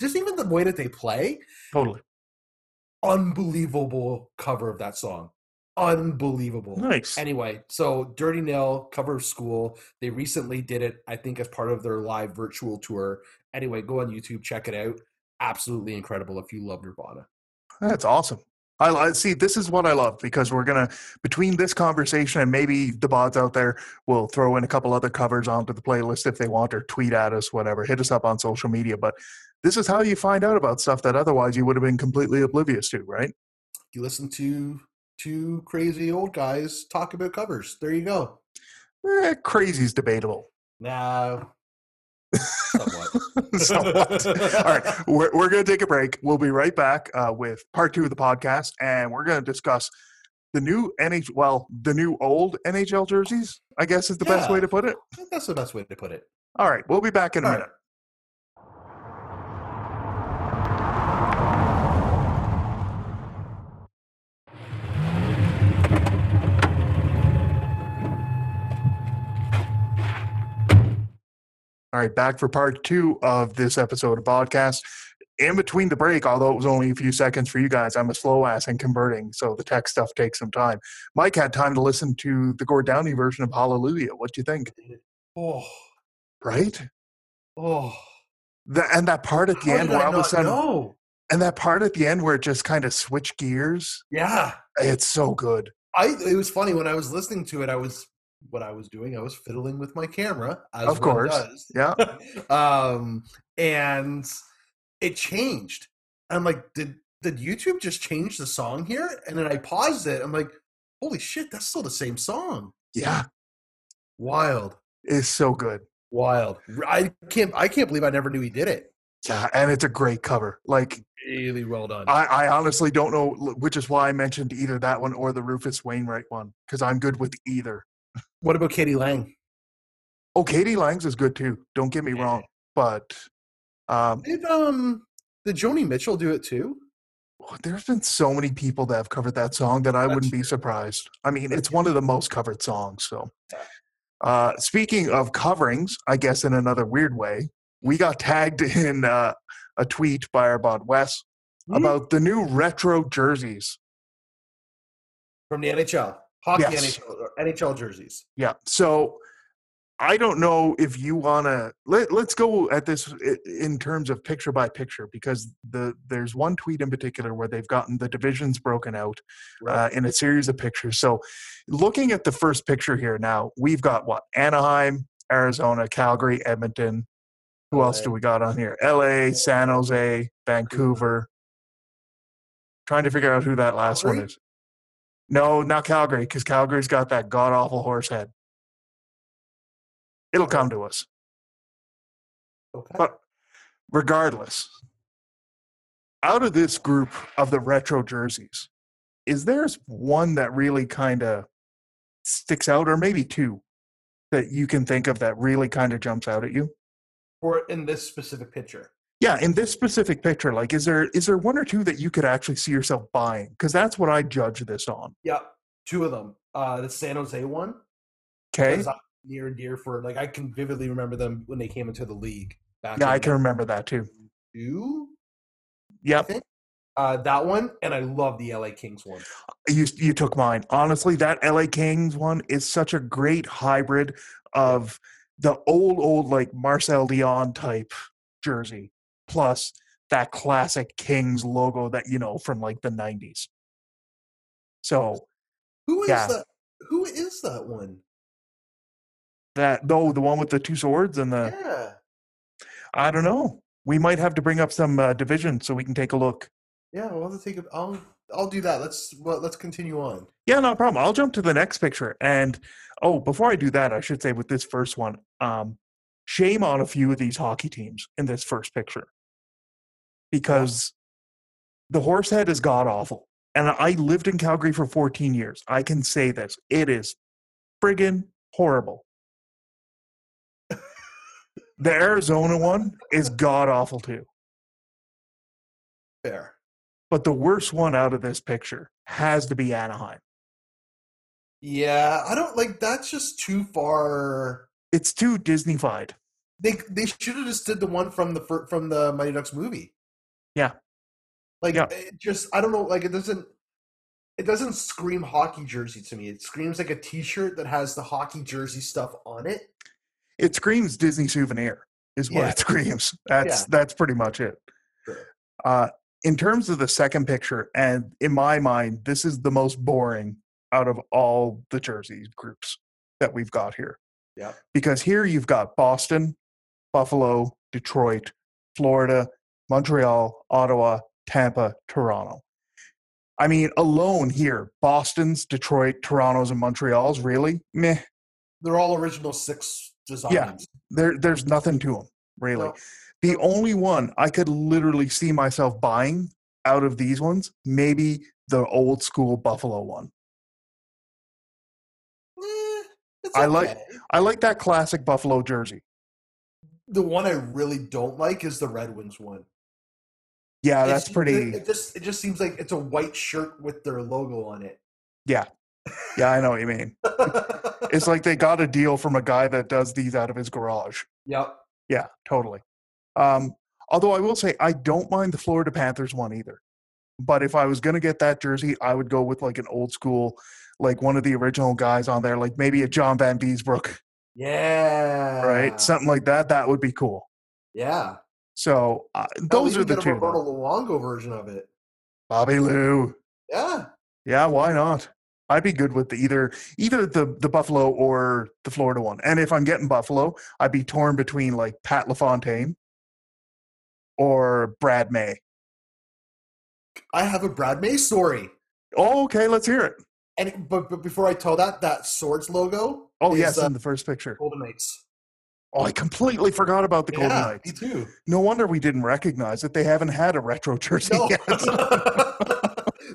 Speaker 2: just even the way that they play,
Speaker 1: Totally
Speaker 2: unbelievable cover of that song, unbelievable.
Speaker 1: nice.
Speaker 2: Anyway, so Dirty Nail cover of School. They recently did it, I think, as part of their live virtual tour. Anyway, go on YouTube, check it out. Absolutely incredible if you love Nirvana.
Speaker 1: That's awesome. I li- see. This is what I love because we're gonna between this conversation and maybe the bots out there will throw in a couple other covers onto the playlist if they want or tweet at us, whatever. Hit us up on social media. But this is how you find out about stuff that otherwise you would have been completely oblivious to, right?
Speaker 2: You listen to two crazy old guys talk about covers. There you go.
Speaker 1: Eh, crazy's debatable.
Speaker 2: Now, somewhat.
Speaker 1: So- all right, we're we're gonna take a break. We'll be right back uh, with part two of the podcast, and we're gonna discuss the new NH well, the new old NHL jerseys. I guess is the best way
Speaker 2: Yeah.
Speaker 1: to put it.
Speaker 2: I think That's the best way to put it.
Speaker 1: All right, we'll be back in a
Speaker 2: All right.
Speaker 1: minute. right, back for part two of this episode of podcast. In between the break, although it was only a few seconds for you guys, I'm a slow ass in converting, so the tech stuff takes some time. Mike had time to listen to the Gord Downey version of Hallelujah. What do you think?
Speaker 2: Oh,
Speaker 1: Right?
Speaker 2: oh.
Speaker 1: The, and that part at the
Speaker 2: How
Speaker 1: end
Speaker 2: did
Speaker 1: where
Speaker 2: I
Speaker 1: all of a
Speaker 2: not
Speaker 1: sudden,
Speaker 2: know?
Speaker 1: and that part at the end where it just kind of switch gears,
Speaker 2: Yeah.
Speaker 1: it's so good.
Speaker 2: I it was funny when I was listening to it. I was what I was doing. I was fiddling with my camera, as
Speaker 1: Of
Speaker 2: one
Speaker 1: course.
Speaker 2: does.
Speaker 1: Yeah.
Speaker 2: Um, and it changed. I'm like, did did YouTube just change the song here? And then I paused it. I'm like, holy shit, that's still the same song.
Speaker 1: Yeah.
Speaker 2: Wild,
Speaker 1: It's so good.
Speaker 2: wild. I can't I can't believe I never knew he did it.
Speaker 1: Yeah. And it's a great cover. Like,
Speaker 2: Really well done.
Speaker 1: I, I honestly don't know, which is why I mentioned either that one or the Rufus Wainwright one, because I'm good with either.
Speaker 2: what about Katie Lang?
Speaker 1: Oh, Katie Lang's is good too. Don't get me
Speaker 2: Yeah.
Speaker 1: wrong, but um,
Speaker 2: Did um did Joni Mitchell do it too?
Speaker 1: Oh, there's been so many people that have covered that song that I
Speaker 2: That's
Speaker 1: wouldn't be
Speaker 2: true.
Speaker 1: surprised. I mean, it's one of the most covered songs. So, uh, speaking of coverings, I guess in another weird way, we got tagged in uh, a tweet by our bot Wes
Speaker 2: Hmm?
Speaker 1: about the new retro jerseys.
Speaker 2: From the NHL. Hockey
Speaker 1: Yes.
Speaker 2: NHL or NHL jerseys.
Speaker 1: Yeah. So I don't know if you want to let, let's go at this i- in terms of picture by picture because the there's one tweet in particular where they've gotten the divisions broken out uh, in a series of pictures. So looking at the first picture here now, we've got what? Anaheim, Arizona, Calgary, Edmonton. Who else do
Speaker 2: LA.
Speaker 1: we got on here? LA, San Jose, Vancouver. Trying to figure out who that last one
Speaker 2: Calgary?
Speaker 1: is. No, not Calgary, because Calgary's got that god awful horse head. It'll come to us.
Speaker 2: Okay.
Speaker 1: But regardless, out of this group of the retro jerseys, is there one that really kind of sticks out, or maybe two that you can think of that really kind of jumps out at you?
Speaker 2: or in this specific picture.
Speaker 1: Yeah, in this specific picture, like, is there is there one or two that you could actually see yourself buying? Because that's what I judge this on.
Speaker 2: Yeah, two of them. Uh, the San Jose one
Speaker 1: Okay,
Speaker 2: is near and dear for like I can vividly remember them when they came into the league back.
Speaker 1: yeah, I
Speaker 2: in
Speaker 1: can remember that too.
Speaker 2: 92,
Speaker 1: Yep,
Speaker 2: Uh, that one, and I love the LA Kings one.
Speaker 1: you you took mine. Honestly, that LA Kings one is such a great hybrid of the old old like Marcel Dion type jersey plus that classic Kings logo that you know from like the 90s. So,
Speaker 2: Who is
Speaker 1: Yeah.
Speaker 2: that? Who is that one?
Speaker 1: that though the one with the two swords and the
Speaker 2: yeah,
Speaker 1: I don't know. We might have to bring up some uh, division so we can take a look.
Speaker 2: yeah. We'll have to take. A, I'll I'll do that. Let's well, let's continue on.
Speaker 1: Yeah, no problem. I'll jump to the next picture. And oh, before I do that, I should say with this first one, um, shame on a few of these hockey teams in this first picture because the horse head is god awful. And I lived in Calgary for 14 years. I can say this it is friggin' horrible. the Arizona one is god awful too.
Speaker 2: Fair.
Speaker 1: But the worst one out of this picture has to be Anaheim.
Speaker 2: Yeah, I don't like. That's just too far.
Speaker 1: It's too Disneyfied.
Speaker 2: They they should have just did the one from the fir- from the Mighty Ducks movie.
Speaker 1: Yeah.
Speaker 2: Like
Speaker 1: Yeah.
Speaker 2: it just I don't know like it doesn't it doesn't scream hockey jersey to me. It screams like a t-shirt that has the hockey jersey stuff on it.
Speaker 1: it screams Disney souvenir is what
Speaker 2: Yeah.
Speaker 1: it screams. That's that's pretty much it.
Speaker 2: Sure.
Speaker 1: Uh, in terms of the second picture, and in my mind, this is the most boring out of all the jersey groups that we've got here.
Speaker 2: Yeah.
Speaker 1: Because here you've got Boston, Buffalo, Detroit, Florida, Montreal, Ottawa, Tampa, Toronto. I mean, alone here, Boston's, Detroit, Toronto's, and Montreal's really meh.
Speaker 2: They're all original six designs.
Speaker 1: There, there's nothing to them really.
Speaker 2: No.
Speaker 1: The only one I could literally see myself buying out of these ones, maybe the old school Buffalo one.
Speaker 2: Eh, it's
Speaker 1: I like-
Speaker 2: okay.
Speaker 1: I like that classic Buffalo jersey.
Speaker 2: the one I really don't like is the Red Wings one.
Speaker 1: Yeah,
Speaker 2: It
Speaker 1: Uh, that's
Speaker 2: seems-
Speaker 1: pretty.
Speaker 2: It just it just seems like it's a white shirt with their logo on it.
Speaker 1: Yeah, I know what you mean. It's like they got a deal from a guy that does these out of his garage.
Speaker 2: yep.
Speaker 1: Yeah, totally. Um, although I will say I don't mind the Florida Panthers one either. But if I was going to get that jersey, I would go with like an old school, like one of the original guys on there, like maybe a John Van Beesbrook,
Speaker 2: Yeah.
Speaker 1: right? Something like that. That would be cool.
Speaker 2: yeah.
Speaker 1: So uh, those
Speaker 2: Hell,
Speaker 1: are
Speaker 2: even
Speaker 1: the
Speaker 2: get
Speaker 1: two.
Speaker 2: A
Speaker 1: though.
Speaker 2: Roberto Luongo version of it.
Speaker 1: Bobby Lou.
Speaker 2: Yeah.
Speaker 1: Yeah, why not? I'd be good with the, either either the the Buffalo or the Florida one. And if I'm getting Buffalo, I'd be torn between like Pat LaFontaine or Brad May.
Speaker 2: I have a Brad May story.
Speaker 1: Oh, okay, let's hear it.
Speaker 2: And but, but before I tell that, that swords logo.
Speaker 1: Oh
Speaker 2: is,
Speaker 1: yes,
Speaker 2: uh,
Speaker 1: in the first picture.
Speaker 2: Golden Knights.
Speaker 1: Oh, I completely forgot about the Golden
Speaker 2: yeah,
Speaker 1: Knights.
Speaker 2: Me too.
Speaker 1: No wonder we didn't recognize it. They haven't had a retro jersey
Speaker 2: No.
Speaker 1: yet.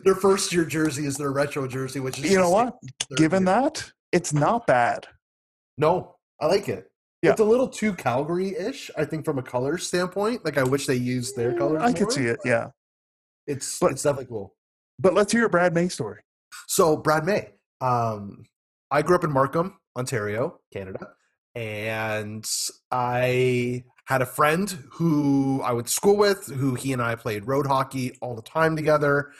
Speaker 2: their first year jersey is their retro jersey, which is
Speaker 1: you know
Speaker 2: just
Speaker 1: what?
Speaker 2: their
Speaker 1: Given
Speaker 2: year.
Speaker 1: that, it's not bad.
Speaker 2: No, I like it.
Speaker 1: Yeah.
Speaker 2: It's a little too Calgary-ish, I think, from a color standpoint. Like I wish they used their colors.
Speaker 1: Mm, I could
Speaker 2: more.
Speaker 1: see it, yeah.
Speaker 2: It's
Speaker 1: But-
Speaker 2: it's definitely cool.
Speaker 1: But let's hear a Brad May story.
Speaker 2: So Brad May, um, I grew up in Markham, Ontario, Canada, and I had a friend who I went to school with, who he and I played road hockey all the time together.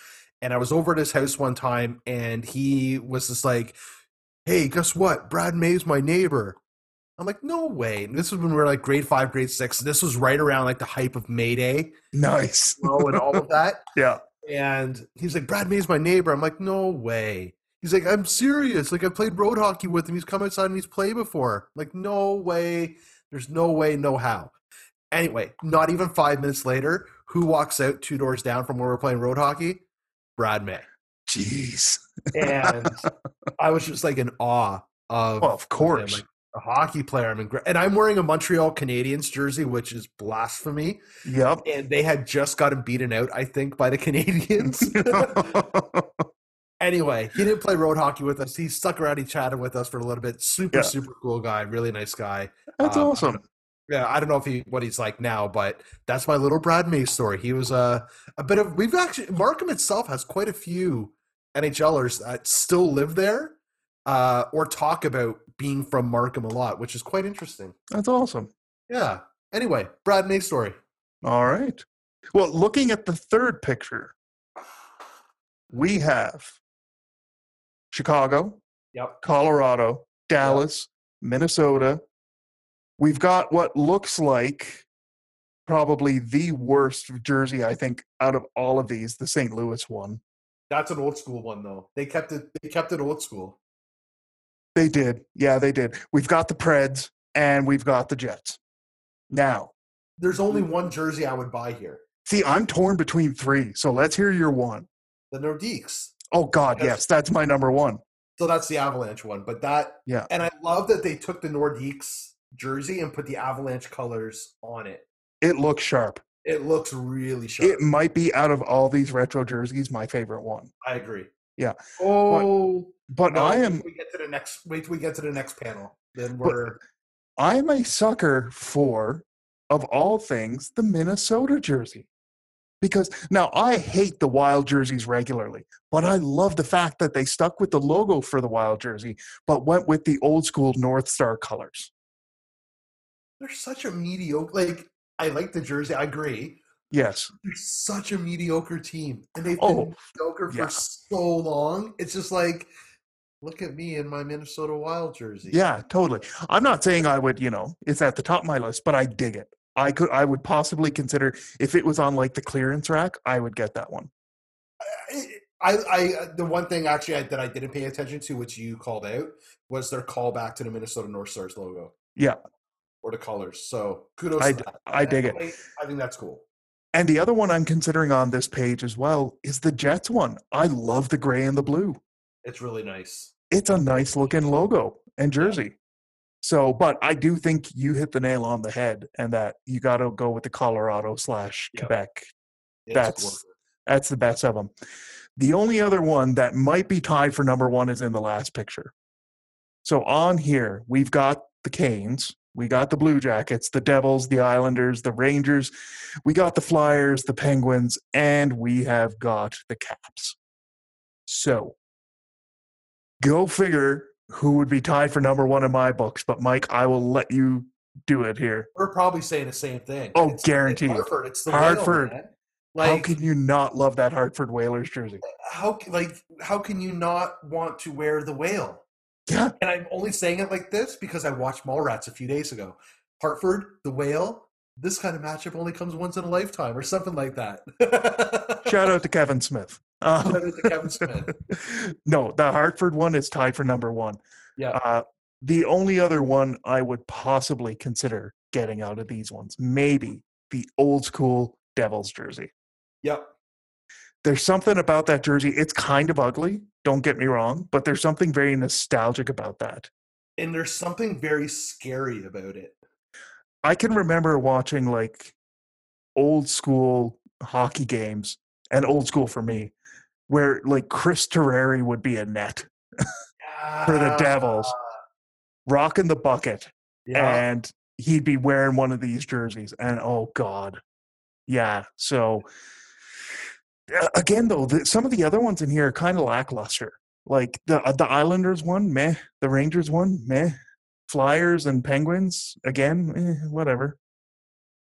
Speaker 2: And I was over at his house one time, and he was just like, "Hey, guess what? Brad May's my neighbor." I'm like, "No way!" And this was when we were like grade five, grade six. This was right around like the hype of May Day,
Speaker 1: Nice.
Speaker 2: you know, Oh, and all of that.
Speaker 1: Yeah.
Speaker 2: And he's like, Brad May's my neighbor. I'm like, no way. He's like, I'm serious. Like, I played road hockey with him. He's come outside and he's played before. I'm like, no way. There's no way, no how. Anyway, not even five minutes later, who walks out two doors down from where we're playing road hockey? Brad May.
Speaker 1: Jeez.
Speaker 2: And I was just like in awe of
Speaker 1: Well, Oh, of
Speaker 2: I'm
Speaker 1: course.
Speaker 2: like, a hockey player. I'm in, and I'm wearing a Montreal Canadiens jersey, which is blasphemy.
Speaker 1: Yep.
Speaker 2: And they had just gotten beaten out, I think, by the Canadians. Anyway, he didn't play road hockey with us. He stuck around. He chatted with us for a little bit. Super,
Speaker 1: Yeah.
Speaker 2: super cool guy. Really nice guy.
Speaker 1: That's
Speaker 2: Um,
Speaker 1: awesome.
Speaker 2: Yeah, I don't know if he what he's like now, but that's my little Brad May story. He was a a bit of. We've actually Markham itself has quite a few NHLers that still live there uh, or talk about being from Markham a lot, which is quite interesting.
Speaker 1: That's awesome.
Speaker 2: Yeah. Anyway, Brad May story.
Speaker 1: All right. Well, looking at the third picture, we have Chicago,
Speaker 2: Yep.
Speaker 1: Colorado, Dallas, Minnesota. We've got what looks like probably the worst jersey, I think, out of all of these, the St. Louis one.
Speaker 2: That's an old school one though. They kept it. They kept it old school.
Speaker 1: They did. Yeah, they did. We've got the Preds and we've got the Jets. Now,
Speaker 2: There's only one jersey I would buy here.
Speaker 1: see, I'm torn between three. So let's hear your one.
Speaker 2: The Nordiques.
Speaker 1: Oh, God.
Speaker 2: Yes.
Speaker 1: Yes, that's my number one.
Speaker 2: So that's the Avalanche one. But that
Speaker 1: Yeah.
Speaker 2: and I love that they took the Nordiques jersey and put the Avalanche colors on it.
Speaker 1: It looks sharp.
Speaker 2: It looks really sharp.
Speaker 1: It might be out of all these retro jerseys, my favorite one.
Speaker 2: I agree.
Speaker 1: Yeah.
Speaker 2: Oh,
Speaker 1: But
Speaker 2: no,
Speaker 1: I
Speaker 2: wait
Speaker 1: am
Speaker 2: till We get to the next. Wait till we get to the next panel. Then
Speaker 1: But-
Speaker 2: we're
Speaker 1: I'm a sucker for, of all things, the Minnesota jersey. Because now I hate the wild jerseys regularly, but I love the fact that they stuck with the logo for the wild jersey, but went with the old school North Star colors.
Speaker 2: they're such a mediocre. Like I like the jersey. I agree.
Speaker 1: Yes.
Speaker 2: They're such a mediocre team, and they've
Speaker 1: Oh,
Speaker 2: been mediocre
Speaker 1: yeah.
Speaker 2: for so long. It's just like, look at me in my Minnesota Wild jersey.
Speaker 1: yeah, totally. I'm not saying I would, you know, it's at the top of my list, but I dig it. I could, I would possibly consider if it was on like the clearance rack, I would get that one.
Speaker 2: I, I the one thing actually I, that I didn't pay attention to, which you called out, was their callback to the Minnesota North Stars logo.
Speaker 1: Yeah.
Speaker 2: or the colors. So kudos.
Speaker 1: I
Speaker 2: to
Speaker 1: d-
Speaker 2: that.
Speaker 1: I dig it.
Speaker 2: I think that's cool.
Speaker 1: And the other one I'm considering on this page as well is the Jets one. I love the gray and the blue.
Speaker 2: It's really nice.
Speaker 1: It's a nice looking logo and jersey. So, but I do think you hit the nail on the head and that you got to go with the Colorado slash
Speaker 2: Yeah.
Speaker 1: Quebec.
Speaker 2: It's
Speaker 1: That's-
Speaker 2: gorgeous.
Speaker 1: That's the best of them. The only other one that might be tied for number one is in the last picture. So on here, we've got the Canes, we got the Blue Jackets, the Devils, the Islanders, the Rangers, we got the Flyers, the Penguins, and we have got the Caps. So go figure who would be tied for number one in my books. But Mike, I will let you do it here.
Speaker 2: We're probably saying the same thing.
Speaker 1: Oh,
Speaker 2: it's,
Speaker 1: guaranteed.
Speaker 2: It's Hartford. It's the
Speaker 1: Hartford.
Speaker 2: Hartford. Like
Speaker 1: How can you not love that Hartford Whalers jersey?
Speaker 2: how c- like how can you not want to wear the whale?
Speaker 1: Yeah.
Speaker 2: And I'm only saying it like this because I watched Mallrats a few days ago. Hartford, the whale. This kind of matchup only comes once in a lifetime, or something like that. Shout
Speaker 1: Shout out to Kevin Smith. Um,
Speaker 2: out to Kevin Smith.
Speaker 1: no, the Hartford one is tied for number one.
Speaker 2: Yeah.
Speaker 1: Uh, the only other one I would possibly consider getting out of these ones, maybe the old school Devils jersey.
Speaker 2: Yep.
Speaker 1: There's something about that jersey. It's kind of ugly, don't get me wrong, but there's something very nostalgic about that.
Speaker 2: And there's something very scary about it.
Speaker 1: I can remember watching like old school hockey games and old school for me, where like Chris Terreri would be a net for the
Speaker 2: Ah,
Speaker 1: Devils, rocking the bucket.
Speaker 2: Yeah.
Speaker 1: and he'd be wearing one of these jerseys and oh god yeah so uh, again though the, some of the other ones in here are kind of lackluster like the uh, the islanders one meh the rangers one meh flyers and penguins again eh, whatever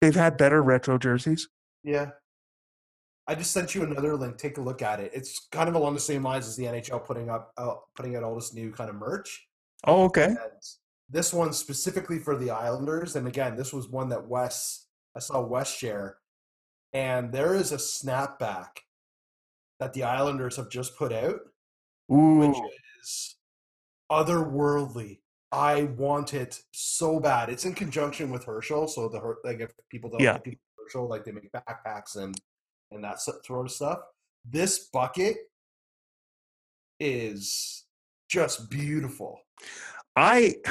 Speaker 1: they've had better retro jerseys
Speaker 2: Yeah. I just sent you another link. Take a look at it. It's kind of along the same lines as the NHL putting up, uh, putting out all this new kind of merch.
Speaker 1: oh okay
Speaker 2: And this one specifically for the Islanders, and again, this was one that Wes I saw Wes share, and there is a snapback that the Islanders have just put out,
Speaker 1: ooh
Speaker 2: which is otherworldly. I want it so bad. It's in conjunction with Herschel, so the Her- like if people don't
Speaker 1: Yeah.
Speaker 2: like people from Herschel, like they make backpacks and and that so- sort of stuff. This bucket is just beautiful.
Speaker 1: I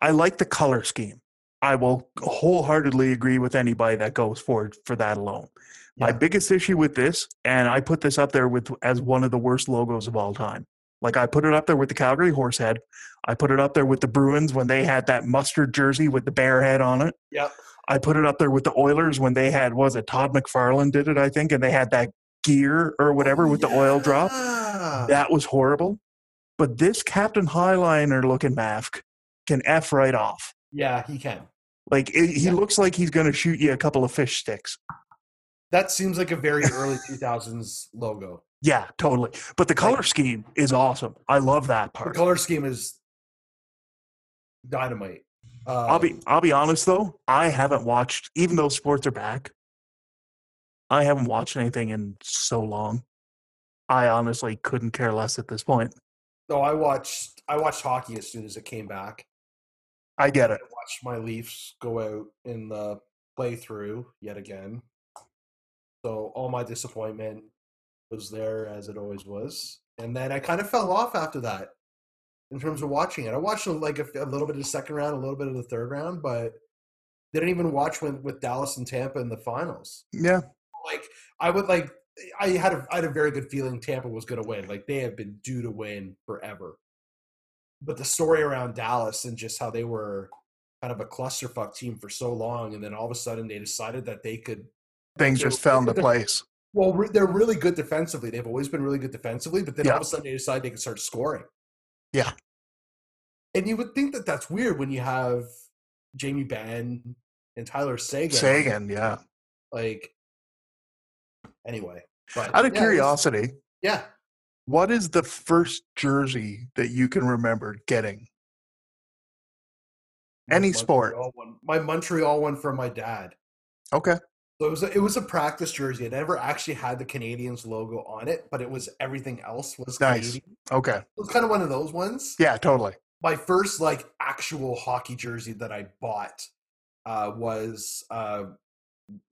Speaker 1: I like the color scheme. I will wholeheartedly agree with anybody that goes for for that alone. My
Speaker 2: Yeah.
Speaker 1: biggest issue with this, and I put this up there with as one of the worst logos of all time. Like I put it up there with the Calgary Horsehead. I put it up there with the Bruins when they had that mustard jersey with the bear head on it.
Speaker 2: Yep.
Speaker 1: I put it up there with the Oilers when they had what was it Todd McFarlane did it I think, and they had that gear or
Speaker 2: Oh,
Speaker 1: whatever with the oil drop.
Speaker 2: Yeah.
Speaker 1: That was horrible. But this Captain Highliner looking mask can F right off.
Speaker 2: Yeah, he can.
Speaker 1: Like it, he
Speaker 2: Yeah.
Speaker 1: looks like he's going to shoot you a couple of fish sticks.
Speaker 2: That seems like a very early 2000s logo.
Speaker 1: Yeah, totally. But the color scheme is awesome. I love that
Speaker 2: The
Speaker 1: part.
Speaker 2: color scheme is dynamite. Uh,
Speaker 1: I'll be I'll be honest though, I haven't watched even though sports are back. I haven't watched anything in so long. I honestly couldn't care less at this point.
Speaker 2: No, I watched. I watched hockey as soon as it came back.
Speaker 1: I get it.
Speaker 2: I watched my Leafs go out in the playthrough yet again. So all my disappointment was there as it always was, and then I kind of fell off after that in terms of watching it. I watched like a, a little bit of the second round, a little bit of the third round, but didn't even watch when with Dallas and Tampa in the finals.
Speaker 1: Yeah.
Speaker 2: like I would like I had a I had a very good feeling Tampa was going to win. Like they have been due to win forever. But the story around Dallas and just how they were kind of a clusterfuck team for so long, and then all of a sudden they decided that they could.
Speaker 1: Things just fell into place.
Speaker 2: Well, re- they're really good defensively. They've always been really good defensively, but then all of a sudden they decided they could start scoring.
Speaker 1: Yeah.
Speaker 2: And you would think that that's weird when you have Jamie Benn and Tyler Sagan.
Speaker 1: Sagan, yeah.
Speaker 2: Like, anyway.
Speaker 1: Out of
Speaker 2: But, yeah, it was-
Speaker 1: curiosity,
Speaker 2: Yeah.
Speaker 1: What is the first jersey that you can remember getting?
Speaker 2: my
Speaker 1: Any sport.
Speaker 2: Montreal one- my Montreal one from my dad.
Speaker 1: Okay.
Speaker 2: So it was a, it was a practice jersey. It never actually had the Canadians logo on it, but it was everything else was
Speaker 1: Nice.
Speaker 2: Canadian.
Speaker 1: Okay.
Speaker 2: It was kind of one of those ones.
Speaker 1: Yeah, totally.
Speaker 2: My first like actual hockey jersey that I bought uh, was uh,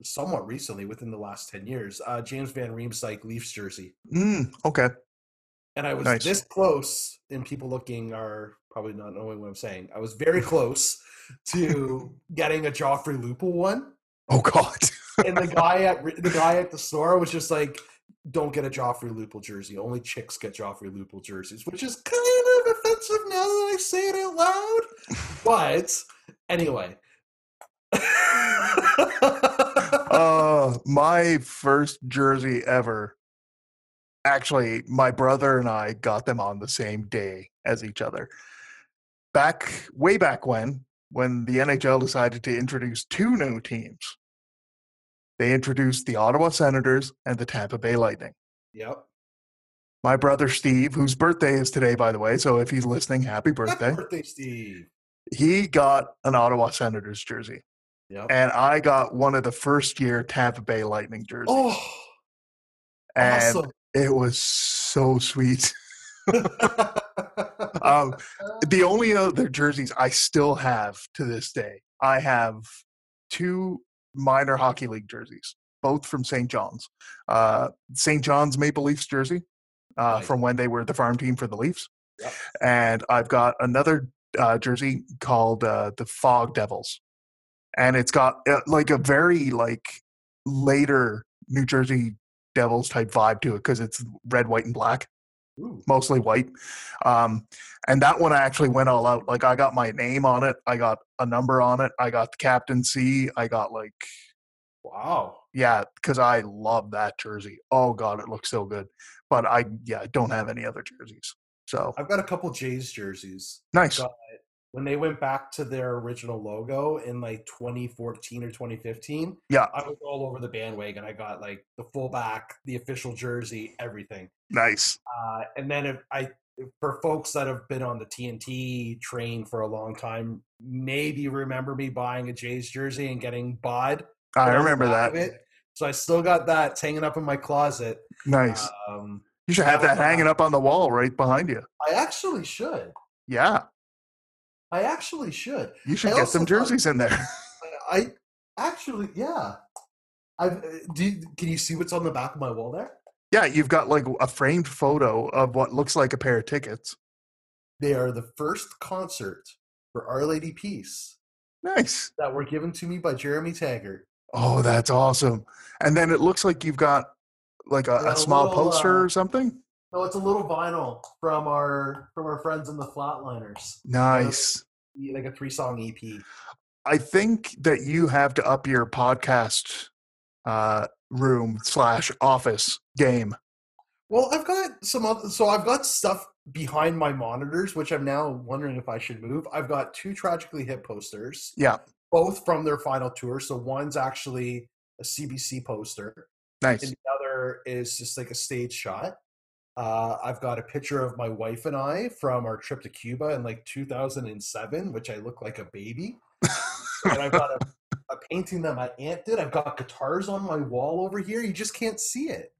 Speaker 2: somewhat recently, within the last ten years, uh, James Van Riemsdyk Leafs jersey,
Speaker 1: Mm, okay.
Speaker 2: and I was
Speaker 1: Nice.
Speaker 2: this close. And people looking are probably not knowing what I'm saying. I was very close to getting a Joffrey Lupul one.
Speaker 1: Oh God.
Speaker 2: and the guy at the guy at the store was just like, "Don't get a Joffrey Lupul jersey. Only chicks get Joffrey Lupul jerseys," which is kind of offensive now that I say it out loud. But anyway,
Speaker 1: uh my first jersey ever. Actually, my brother and I got them on the same day as each other. Back way back when, when the NHL decided to introduce two new teams. They introduced the Ottawa Senators and the Tampa Bay Lightning.
Speaker 2: Yep.
Speaker 1: My brother Steve, whose birthday is today, by the way, so if he's listening, happy
Speaker 2: Happy
Speaker 1: birthday.
Speaker 2: birthday, Steve.
Speaker 1: He got an Ottawa Senators jersey,
Speaker 2: Yep.
Speaker 1: and I got one of the first year Tampa Bay Lightning jerseys.
Speaker 2: oh,
Speaker 1: and
Speaker 2: awesome.
Speaker 1: it was so sweet. Um, the only other jerseys I still have to this day, I have two minor hockey league jerseys, both from St. John's. Uh, St. John's Maple Leafs jersey uh,
Speaker 2: Nice.
Speaker 1: from when they were the farm team for the Leafs.
Speaker 2: Yep.
Speaker 1: And I've got another uh, jersey called uh, the Fog Devils. And it's got uh, like a very like later New Jersey Devils type vibe to it because it's red, white, and black
Speaker 2: Ooh,
Speaker 1: mostly white. Um, and that one I actually went all out. Like I got my name on it, I got a number on it, I got the captaincy, I got like
Speaker 2: wow.
Speaker 1: yeah, because I love that jersey. Oh god, it looks so good. But I yeah, I don't have any other jerseys. So
Speaker 2: I've got a couple Jays jerseys.
Speaker 1: nice.
Speaker 2: got- When they went back to their original logo in like 2014 or 2015,
Speaker 1: Yeah,
Speaker 2: I was all over the bandwagon. I got like the fullback, the official jersey, everything.
Speaker 1: nice.
Speaker 2: Uh, and then if I for folks that have been on the TNT train for a long time, maybe remember me buying a Jays jersey and getting bod.
Speaker 1: I
Speaker 2: when was
Speaker 1: remember
Speaker 2: out
Speaker 1: that.
Speaker 2: of it. So I still got that it's hanging up in my closet.
Speaker 1: Nice.
Speaker 2: Um,
Speaker 1: You should have that hanging up on the wall right behind you.
Speaker 2: I actually should.
Speaker 1: Yeah.
Speaker 2: I actually should.
Speaker 1: You should
Speaker 2: I
Speaker 1: get
Speaker 2: also
Speaker 1: some
Speaker 2: thought-
Speaker 1: jerseys in there.
Speaker 2: I I actually, yeah. I do. you- Can you see what's on the back of my wall there?
Speaker 1: yeah, you've got like a framed photo of what looks like a pair of tickets.
Speaker 2: They are the first concert for Our Lady Peace
Speaker 1: Nice.
Speaker 2: that were given to me by Jeremy Taggart.
Speaker 1: Oh, that's awesome. And then it looks like you've got like a,
Speaker 2: Yeah,
Speaker 1: a
Speaker 2: a
Speaker 1: small
Speaker 2: little,
Speaker 1: poster
Speaker 2: uh,
Speaker 1: or something.
Speaker 2: No, it's a little vinyl from our from our friends in the Flatliners,
Speaker 1: Nice.
Speaker 2: like a E three song EP.
Speaker 1: I think that you have to up your podcast uh, room slash office game.
Speaker 2: Well, I've got some other, so I've got stuff behind my monitors, which I'm now wondering if I should move. I've got two tragically hit posters.
Speaker 1: Yeah.
Speaker 2: both from their final tour. So one's actually a CBC poster,
Speaker 1: Nice.
Speaker 2: and the other is just like a stage shot. Uh, I've got a picture of my wife and I from our trip to Cuba in like 2007, which I look like a baby. and I've got a, a painting that my aunt did. I've got guitars on my wall over here. You just can't see it.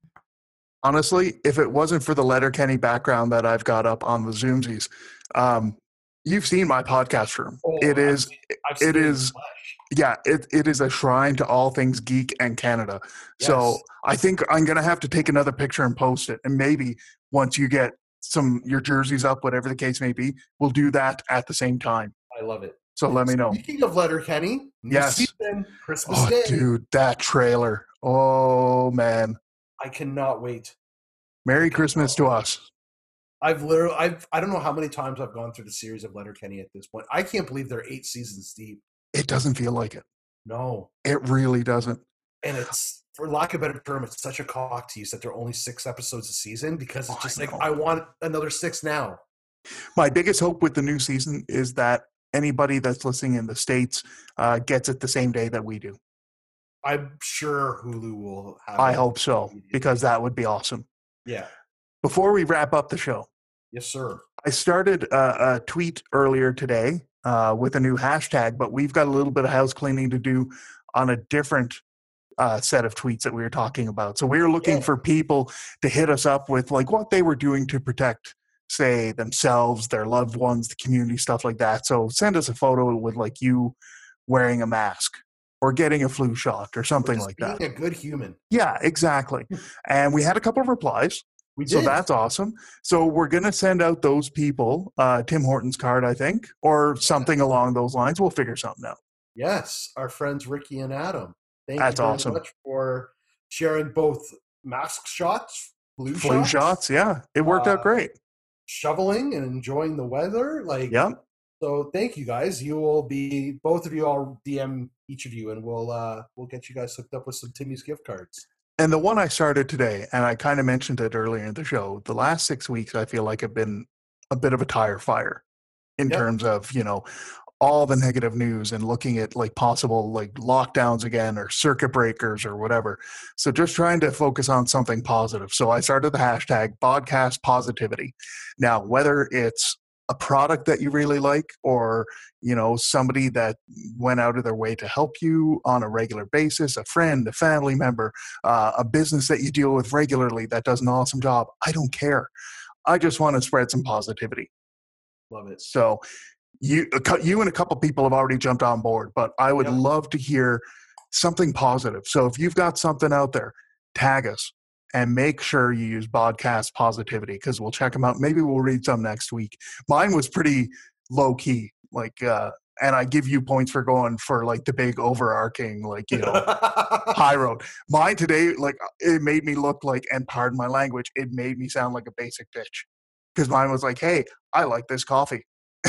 Speaker 1: Honestly, if it wasn't for the Letterkenny background that I've got up on the Zoomsies, um, you've seen my podcast room.
Speaker 2: Oh,
Speaker 1: it
Speaker 2: I've
Speaker 1: is,
Speaker 2: seen- I've
Speaker 1: it
Speaker 2: seen
Speaker 1: is-
Speaker 2: flesh.
Speaker 1: yeah, it, it is a shrine to all things geek and Canada. So
Speaker 2: Yes.
Speaker 1: I think I'm gonna have to take another picture and post it. And maybe once you get some your jerseys up, whatever the case may be, we'll do that at the same time.
Speaker 2: I love it.
Speaker 1: So let me know.
Speaker 2: Speaking of Letter Kenny,
Speaker 1: Yes.
Speaker 2: season, Christmas
Speaker 1: Oh,
Speaker 2: Day.
Speaker 1: dude, that trailer. Oh man.
Speaker 2: I cannot wait.
Speaker 1: Merry Christmas to us.
Speaker 2: I've literally, I've, I don't know how many times I've gone through the series of Letterkenny at this point. I can't believe they're eight seasons deep.
Speaker 1: It doesn't feel like it.
Speaker 2: No,
Speaker 1: It really doesn't.
Speaker 2: and it's for lack of a better term, it's such a cock tease that there are only six episodes a season because
Speaker 1: Oh, I
Speaker 2: it's just like
Speaker 1: know.
Speaker 2: I want another six now.
Speaker 1: My biggest hope with the new season is that anybody that's listening in the States uh, gets it the same day that we do.
Speaker 2: I'm sure Hulu will have.
Speaker 1: I
Speaker 2: it.
Speaker 1: hope so, because that would be awesome.
Speaker 2: Yeah.
Speaker 1: Before we wrap up the show,
Speaker 2: Yes, sir.
Speaker 1: I started a, a tweet earlier today uh, with a new hashtag, but we've got a little bit of house cleaning to do on a different uh, set of tweets that we were talking about. So we were looking
Speaker 2: Yeah.
Speaker 1: for people to hit us up with like what they were doing to protect, say, themselves, their loved ones, the community, stuff like that. So send us a photo with like you wearing a mask or getting a flu shot or something
Speaker 2: Just
Speaker 1: like that.
Speaker 2: Being a good human.
Speaker 1: Yeah, exactly. And we had a couple of replies.
Speaker 2: We did.
Speaker 1: So that's awesome. So we're going to send out those people uh, Tim Hortons card, I think, or something along those lines. We'll figure something out.
Speaker 2: Yes, our friends Ricky and Adam. Thank
Speaker 1: That's
Speaker 2: you very
Speaker 1: awesome.
Speaker 2: much for sharing both mask shots, blue,
Speaker 1: Flu
Speaker 2: shots,
Speaker 1: shots, yeah, it worked out
Speaker 2: Uh,
Speaker 1: great.
Speaker 2: shoveling, and enjoying the weather. Like,
Speaker 1: Yep,
Speaker 2: So thank you guys. You will be both of you. I'll DM each of you, and we'll uh we'll get you guys hooked up with some Timmy's gift cards.
Speaker 1: and the one I started today, and I kind of mentioned it earlier in the show. The last six weeks, I feel like have been a bit of a tire fire in
Speaker 2: Yep.
Speaker 1: terms of you know all the negative news and looking at like possible like lockdowns again or circuit breakers or whatever. So just trying to focus on something positive. So I started the hashtag podcast positivity. Now, whether it's a product that you really like or you know somebody that went out of their way to help you on a regular basis a friend a family member uh, a business that you deal with regularly that does an awesome job i don't care i just want to spread some positivity
Speaker 2: Love it.
Speaker 1: so you a cou- you and a couple people have already jumped on board, but I would
Speaker 2: Yep.
Speaker 1: love to hear something positive. So if you've got something out there, tag us and make sure you use podcast positivity because we'll check them out. Maybe we'll read some next week. Mine was pretty low key, like, uh, and I give you points for going for like the big overarching, like you know. high road. Mine today, like it made me look like, and pardon my language, it made me sound like a basic bitch. Because mine was like, hey, I like this coffee.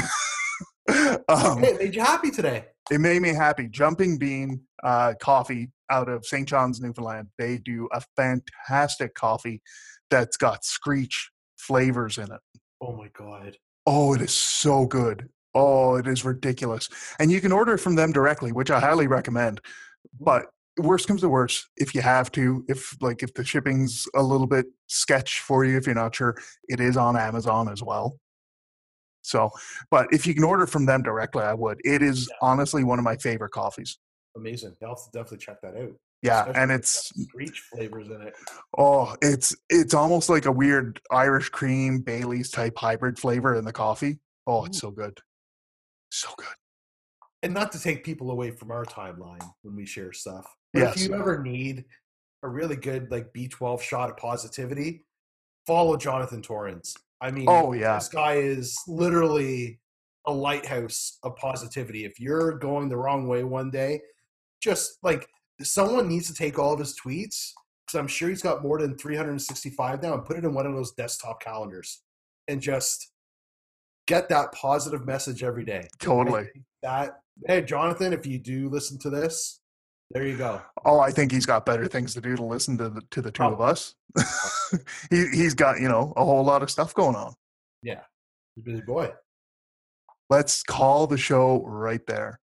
Speaker 1: um,
Speaker 2: Hey, it made you happy today.
Speaker 1: it made me happy. Jumping Bean uh, Coffee out of St. John's, Newfoundland. They do a fantastic coffee that's got screech flavors in it.
Speaker 2: Oh my god.
Speaker 1: Oh, it is so good. Oh, it is ridiculous. And you can order it from them directly, which I highly recommend. But worst comes to worst, if you have to, if like if the shipping's a little bit sketch for you, if you're not sure, it is on Amazon as well. So, but if you can order from them directly, I would. It is honestly one of my favorite coffees.
Speaker 2: Amazing. I'll have to definitely check that out.
Speaker 1: Yeah,
Speaker 2: Especially
Speaker 1: and
Speaker 2: if
Speaker 1: it's
Speaker 2: got screech flavors in it.
Speaker 1: oh, it's it's almost like a weird Irish cream Bailey's type hybrid flavor in the coffee. Oh, it's
Speaker 2: Ooh.
Speaker 1: so good. So good.
Speaker 2: And not to take people away from our timeline when we share stuff. But
Speaker 1: Yes.
Speaker 2: if you ever need a really good like B12 shot of positivity, follow Jonathan Torrance. I mean,
Speaker 1: Oh yeah.
Speaker 2: this guy is literally a lighthouse of positivity. If you're going the wrong way one day, just like someone needs to take all of his tweets because I'm sure he's got more than 365 now and put it in one of those desktop calendars and just get that positive message every day.
Speaker 1: Totally.
Speaker 2: I think That hey, Jonathan, if you do listen to this, there you go.
Speaker 1: Oh, I think he's got better things to do to listen to the to the two of us. he he's got you know a whole lot of stuff going on.
Speaker 2: He's a busy boy.
Speaker 1: Let's call the show right there.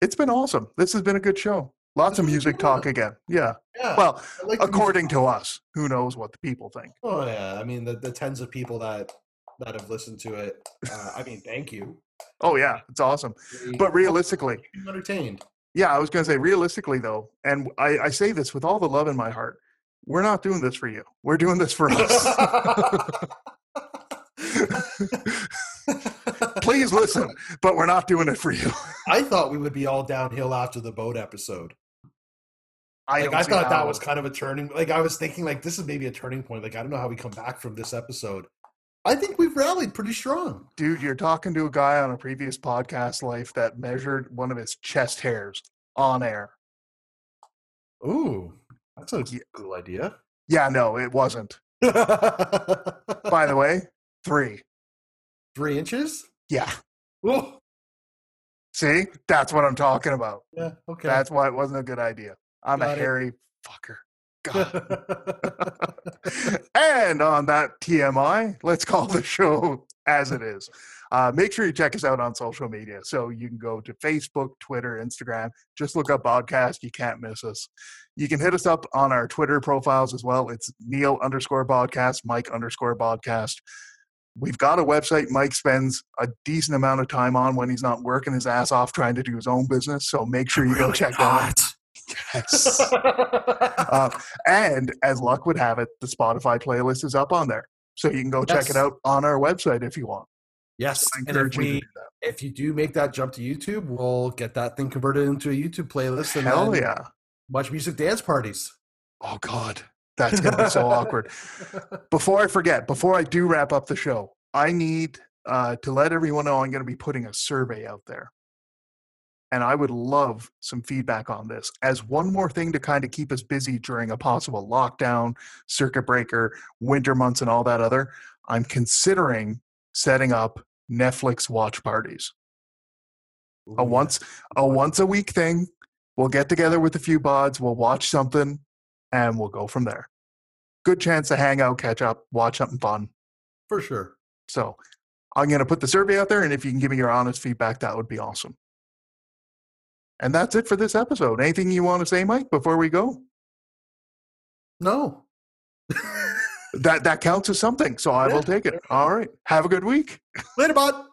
Speaker 1: It's been awesome. This has been a good show. Lots of
Speaker 2: This has been
Speaker 1: music talk again. Yeah.
Speaker 2: Yeah.
Speaker 1: Well,
Speaker 2: I like the music.
Speaker 1: according to us, who knows what the people think?
Speaker 2: Oh yeah, I mean the, the tens of people that that have listened to it. Uh, I mean, thank you.
Speaker 1: Oh yeah, it's awesome.
Speaker 2: We-
Speaker 1: But realistically,
Speaker 2: Keep them entertained.
Speaker 1: yeah, I was going to say realistically though, and I, I say this with all the love in my heart. We're not doing this for you. We're doing this for us. Please listen, but we're not doing it for you.
Speaker 2: I thought we would be all downhill after the boat episode.
Speaker 1: I,
Speaker 2: Like
Speaker 1: don't
Speaker 2: I,
Speaker 1: see
Speaker 2: thought
Speaker 1: how
Speaker 2: that was kind of a turning. Like I was thinking, like this is maybe a turning point. Like I don't know how we come back from this episode. I think we've rallied pretty strong.
Speaker 1: dude, you're talking to a guy on a previous podcast life that measured one of his chest hairs on air.
Speaker 2: Ooh, that's a
Speaker 1: Yeah.
Speaker 2: cool idea.
Speaker 1: Yeah, no, it wasn't. By the way, three.
Speaker 2: Three inches.
Speaker 1: Yeah.
Speaker 2: Whoa.
Speaker 1: See, that's what I'm talking about.
Speaker 2: Yeah. Okay.
Speaker 1: That's why it wasn't a good idea. I'm
Speaker 2: Got
Speaker 1: a
Speaker 2: it.
Speaker 1: hairy fucker. God. and on that TMI, let's call the show as it is. Uh, make sure you check us out on social media. So you can go to Facebook, Twitter, Instagram. Just look up podcast. You can't miss us. You can hit us up on our Twitter profiles as well. It's Neil underscore podcast, Mike underscore podcast. We've got a website Mike spends a decent amount of time on when he's not working his ass off trying to do his own business. So make sure you go check that out. Yes. Uh, and as luck would have it, the Spotify playlist is up on there. So you can go check
Speaker 2: Yes.
Speaker 1: it out on our website if you want.
Speaker 2: yes.
Speaker 1: I
Speaker 2: And if
Speaker 1: encourage you to
Speaker 2: we
Speaker 1: do that.
Speaker 2: if you do make that jump to YouTube, we'll get that thing converted into a YouTube playlist and
Speaker 1: Hell
Speaker 2: then
Speaker 1: yeah.
Speaker 2: watch music dance parties.
Speaker 1: Oh, God. That's going to be so awkward. Before I forget, before I do wrap up the show, I need uh, to let everyone know I'm going to be putting a survey out there. And I would love some feedback on this as one more thing to kind of keep us busy during a possible lockdown, circuit breaker, winter months, and all that other. I'm considering setting up Netflix watch parties. a once a once a week thing. We'll get together with a few buds, we'll watch something, and we'll go from there. Good chance to hang out, catch up, watch something fun.
Speaker 2: for sure.
Speaker 1: So I'm going to put the survey out there, and if you can give me your honest feedback, that would be awesome. And that's it for this episode. Anything you want to say, Mike, before we go?
Speaker 2: No.
Speaker 1: That that counts as something, so I
Speaker 2: Yeah.
Speaker 1: will take it. All right. Have a good week.
Speaker 2: Later, bud.